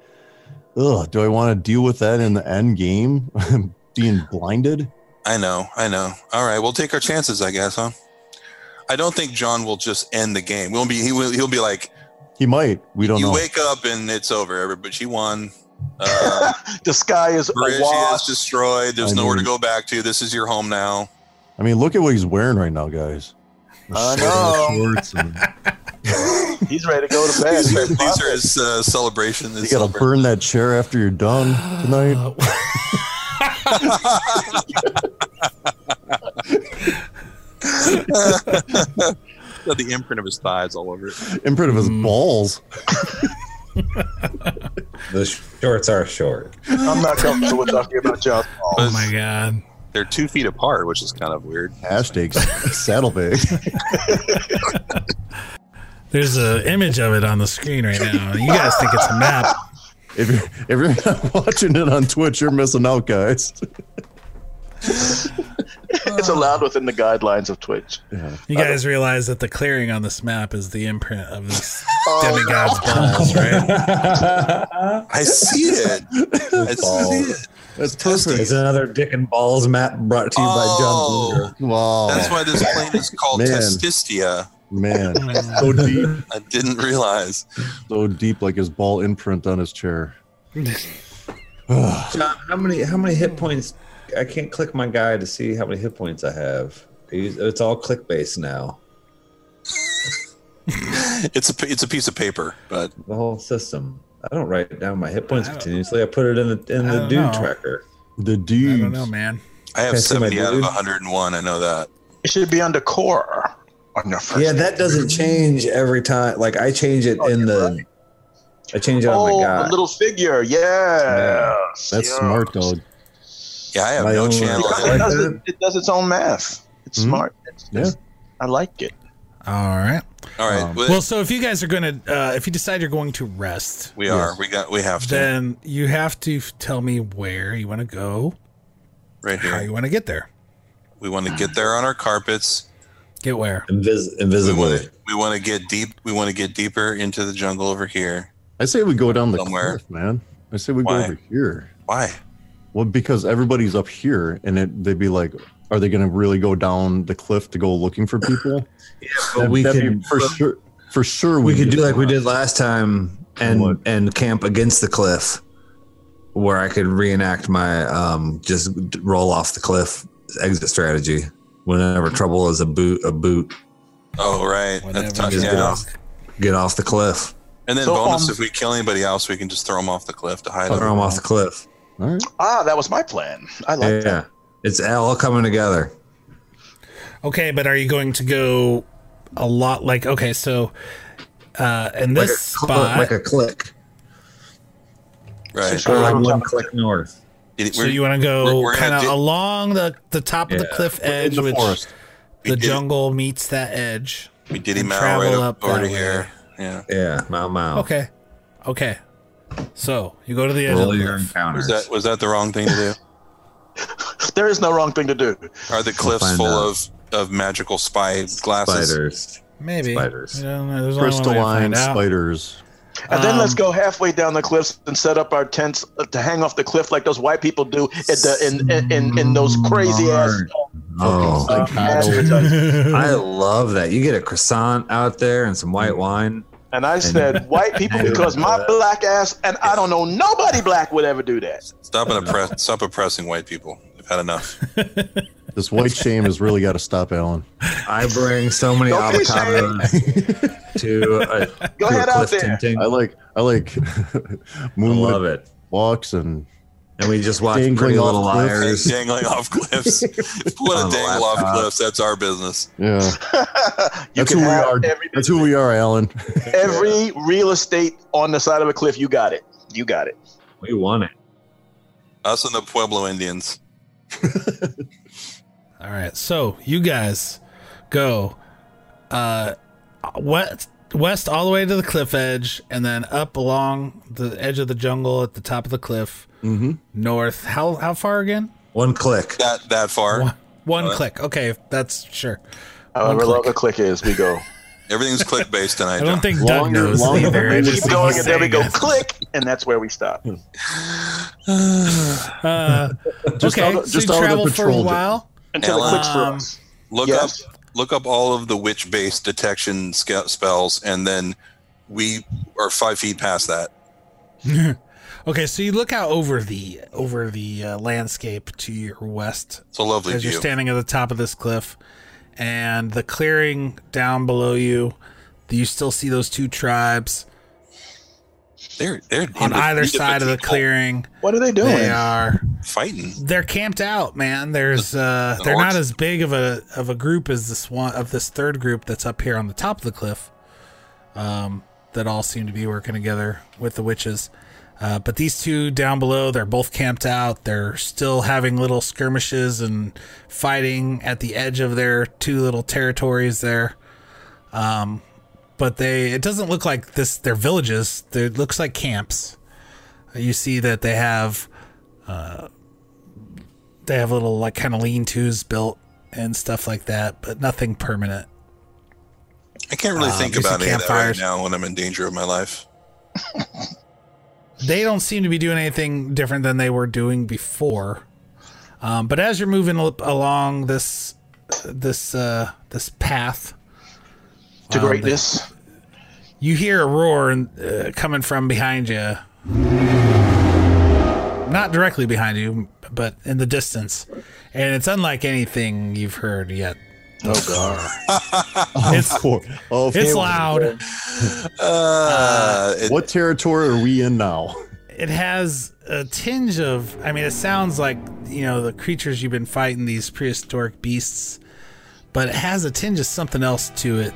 ugh, do I want to deal with that in the end game? (laughs) Being blinded. I know, I know. All right, we'll take our chances, I guess, huh? I don't think John will just end the game. We'll be he will he'll be like, He might. We don't you know. wake up and it's over. But (laughs) she won. Uh, the sky is Bridge is awash. destroyed. There's I nowhere mean- to go back to. This is your home now. I mean, look at what he's wearing right now, guys. I Shorts and know. shorts and- He's ready to go to (laughs) bed. These are, these are his uh, celebration. You his gotta celebra- burn that chair after you're done tonight. Got the imprint of his thighs all over it. Imprint of his balls. The shorts are short. I'm not comfortable with talking about Josh Paul. Oh my god. They're two feet apart, which is kind of weird. Hashtag saddlebag. There's an image of it on the screen right now. You guys think it's a map. If you're, if you're not (laughs) watching it on Twitch, you're missing out, guys. It's allowed within the guidelines of Twitch. You guys realize that the clearing on this map is the imprint of (laughs) this Oh, demigod's (laughs) balls, right? I see it. I see it. That's Testing. perfect. It's another Dick and Balls map brought to you Oh. by John Bluger. Wow, That's why this plane is called Man. Testistia. man, so deep, I didn't realize. so deep, like his ball imprint on his chair. John, how many how many hit points? I can't click my guy to see how many hit points I have. It's all click based now. It's a it's a piece of paper, but The whole system. I don't write down my hit points continuously. I put it in the in I the don't dude know. tracker. The I dude. don't know, man. I have I see my seventy out of dude? one hundred and one. I know that. It should be under core on your first. Yeah, that doesn't change every time. Like I change it in the. I change it on Oh, my guy. the little figure. Yeah. That's smart, dog. Yeah, I have My no own- I channel. (laughs) it, like does that. it, it does its own math. It's Mhm. smart. It's, Yeah. it's- I like it. All right. All right, Um, we- Well, so if you guys are going to, uh, if you decide you're going to rest, we are. We got. We have to then you have to f- tell me where you want to go, right how here. you want to get there. We want to get there on our carpets. Get where? Invis- We invisible. want to. We want to get deep. We want to get deeper into the jungle over here. I say we go down the Somewhere. cliff, man. I say we Why? go over here. Why? Well, because everybody's up here, and it, they'd be like, "Are they going to really go down the cliff to go looking for people?" But That- we that'd be could for sure. For sure, we we'd could get do like we lost. did last time and What? and camp against the cliff, where I could reenact my um just roll off the cliff exit strategy whenever Mm-hmm. trouble is a boot a boot Oh, right. Whatever. That's tough. just get Yeah. off get off the cliff And then So, bonus, um, if we kill anybody else, we can just throw them off the cliff to hide throw them. them off the cliff. All right. Ah, that was my plan. I like that. Yeah, it's all coming together. Okay, but are you going to go a lot like, okay, so uh, in Like a, this cl- spot, like a click, Right. or Um, like one click north. It- so we're- you want to we're- go we're kind gonna of di- along the, the top of the Yeah. cliff edge, in the which forest. the We did- jungle meets that edge. We did him and out travel right up up that over to way. here. Yeah. Yeah, mile mile. Okay. Okay. So you go to the edge of Roll the your cliff. encounters. Was that was that the wrong thing to do? There is no wrong thing to do. Are the cliffs find full out. of of magical spy glasses? Spiders. Maybe. Spiders. I don't know. There's only one way to crystalline find out. spiders. And then Um, let's go halfway down the cliffs and set up our tents to hang off the cliff like those white people do at the, in, in, in, in those crazy ass. uh, Oh, Fucking psychotic. (laughs) I love that. You get a croissant out there and some white wine. And I said, white people, because my black ass, and I don't know nobody black would ever do that. (laughs) Stop (laughs) and oppress, stop oppressing white people. I've had enough. This white shame has really got to stop, Alan. I bring so many Don't be avocados (laughs) to a, Go to a ahead out cliff there. tinting. I I like I like (laughs) moonlit love it. walks and And we just watch Dangling Pretty Little off cliffs. Liars. (laughs) dangling off cliffs. If you want On to the dangle off laptop. cliffs, that's our business. yeah, you that's can who we have are. every, That's who we are, Alan. every real estate on the side of a cliff. You got it. You got it. We won it. Us and the Pueblo Indians. (laughs) All right. So you guys go uh west west all the way to the cliff edge and then up along the edge of the jungle at the top of the cliff Mm-hmm. north. How how far again? One click. That that far. One, one Uh, click. Okay, that's sure. However One low Uh, the click is, we go. Everything's click based tonight. (laughs) I don't John. think Doug Long- knows long- either. (laughs) I We (laughs) just Keep think going, he's and then we saying go it. click, and that's where we stop. Uh, Just okay, out of- so just you out of the travel for a patrol jet. while. Until it Alan. clicks for Um, us. look Yes. up look up all of the witch based detection sca- spells, and then we are five feet past that. Okay, so you look out over the over the uh, landscape to your west It's a lovely as view. you're standing at the top of this cliff, and the clearing down below you, Do you still see those two tribes They're they're on either side of the individual clearing? What are they doing? They are fighting. they're camped out, man. There's uh they're not as big of a of a group as this one of this third group that's up here on the top of the cliff. Um that all seem to be working together with the witches. Uh, but these two down below, they're both camped out. They're still having little skirmishes and fighting at the edge of their two little territories there. Um, but they it doesn't look like this they're villages. They- It looks like camps. You see that they have they have little like kind of lean tos built and stuff like that, but nothing permanent. I can't really Um, think there's some about any of that right campfires. now when I'm in danger of my life. They don't seem to be doing anything different than they were doing before. Um, but as you're moving al- along this this uh, this path, to greatness. you hear a roar and, uh, coming from behind you. Not directly behind you, but in the distance, and it's unlike anything you've heard yet. oh god. (laughs) It's Four. Oh, it's four. loud. Uh, it- What territory are we in now? it has a tinge of i mean it sounds like you know the creatures you've been fighting these prehistoric beasts but it has a tinge of something else to it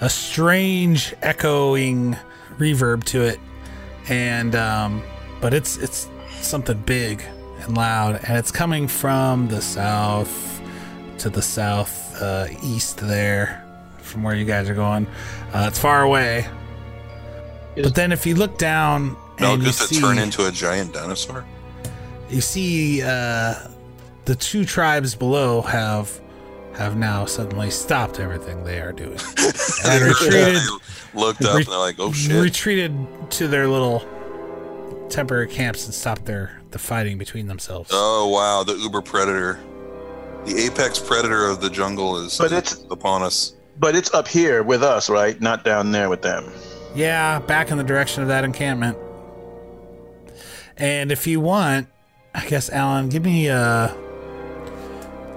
a strange echoing reverb to it and um but it's it's something big and loud and it's coming from the south to the south uh, east there from where you guys are going uh, it's far away but then if you look down and you Malgus see, to turn into a giant dinosaur. you see uh, the two tribes below have have now suddenly stopped everything they are (laughs) doing and (laughs) retreated They looked up re- and they're like, "Oh shit!" retreated to their little temporary camps and stopped their the fighting between themselves oh wow, the uber predator, the apex predator of the jungle is But it's- upon us. But it's up here with us, right? Not down there with them. yeah back in the direction of that encampment and if you want i guess alan give me a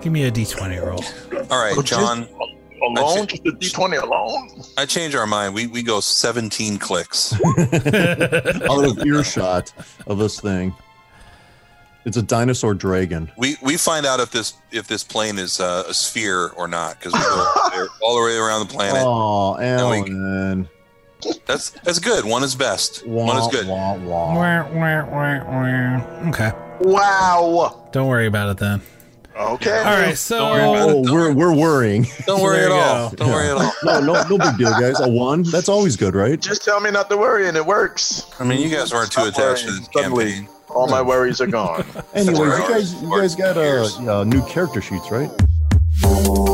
give me a d20 (laughs) roll All right, Which is- John, Alone, That's just a D twenty alone. I change our mind. We we go (laughs) 17 (laughs) clicks. Out of earshot of this thing. It's a dinosaur dragon. We we find out if this if this plane is uh, a sphere or not because we go all (laughs) the way- all the way around the planet. Oh, we- Alan. That's that's good. One is best. One is Wah, good. wah, wah. Wah, wah, wah, wah. okay Wow. don't worry about it then Okay. all right so Don't worry about it. Oh, we're, we're worrying. (laughs) Don't worry There at you all. go. Don't worry at all. No, no, no big deal, guys. A one, that's always good, right? Just tell me not to worry, and it works. I mean, you guys weren't too Stop attached to worrying. this Suddenly, campaign. All my worries are gone. Anyways, you right. guys, you guys got uh, uh, new character sheets, right?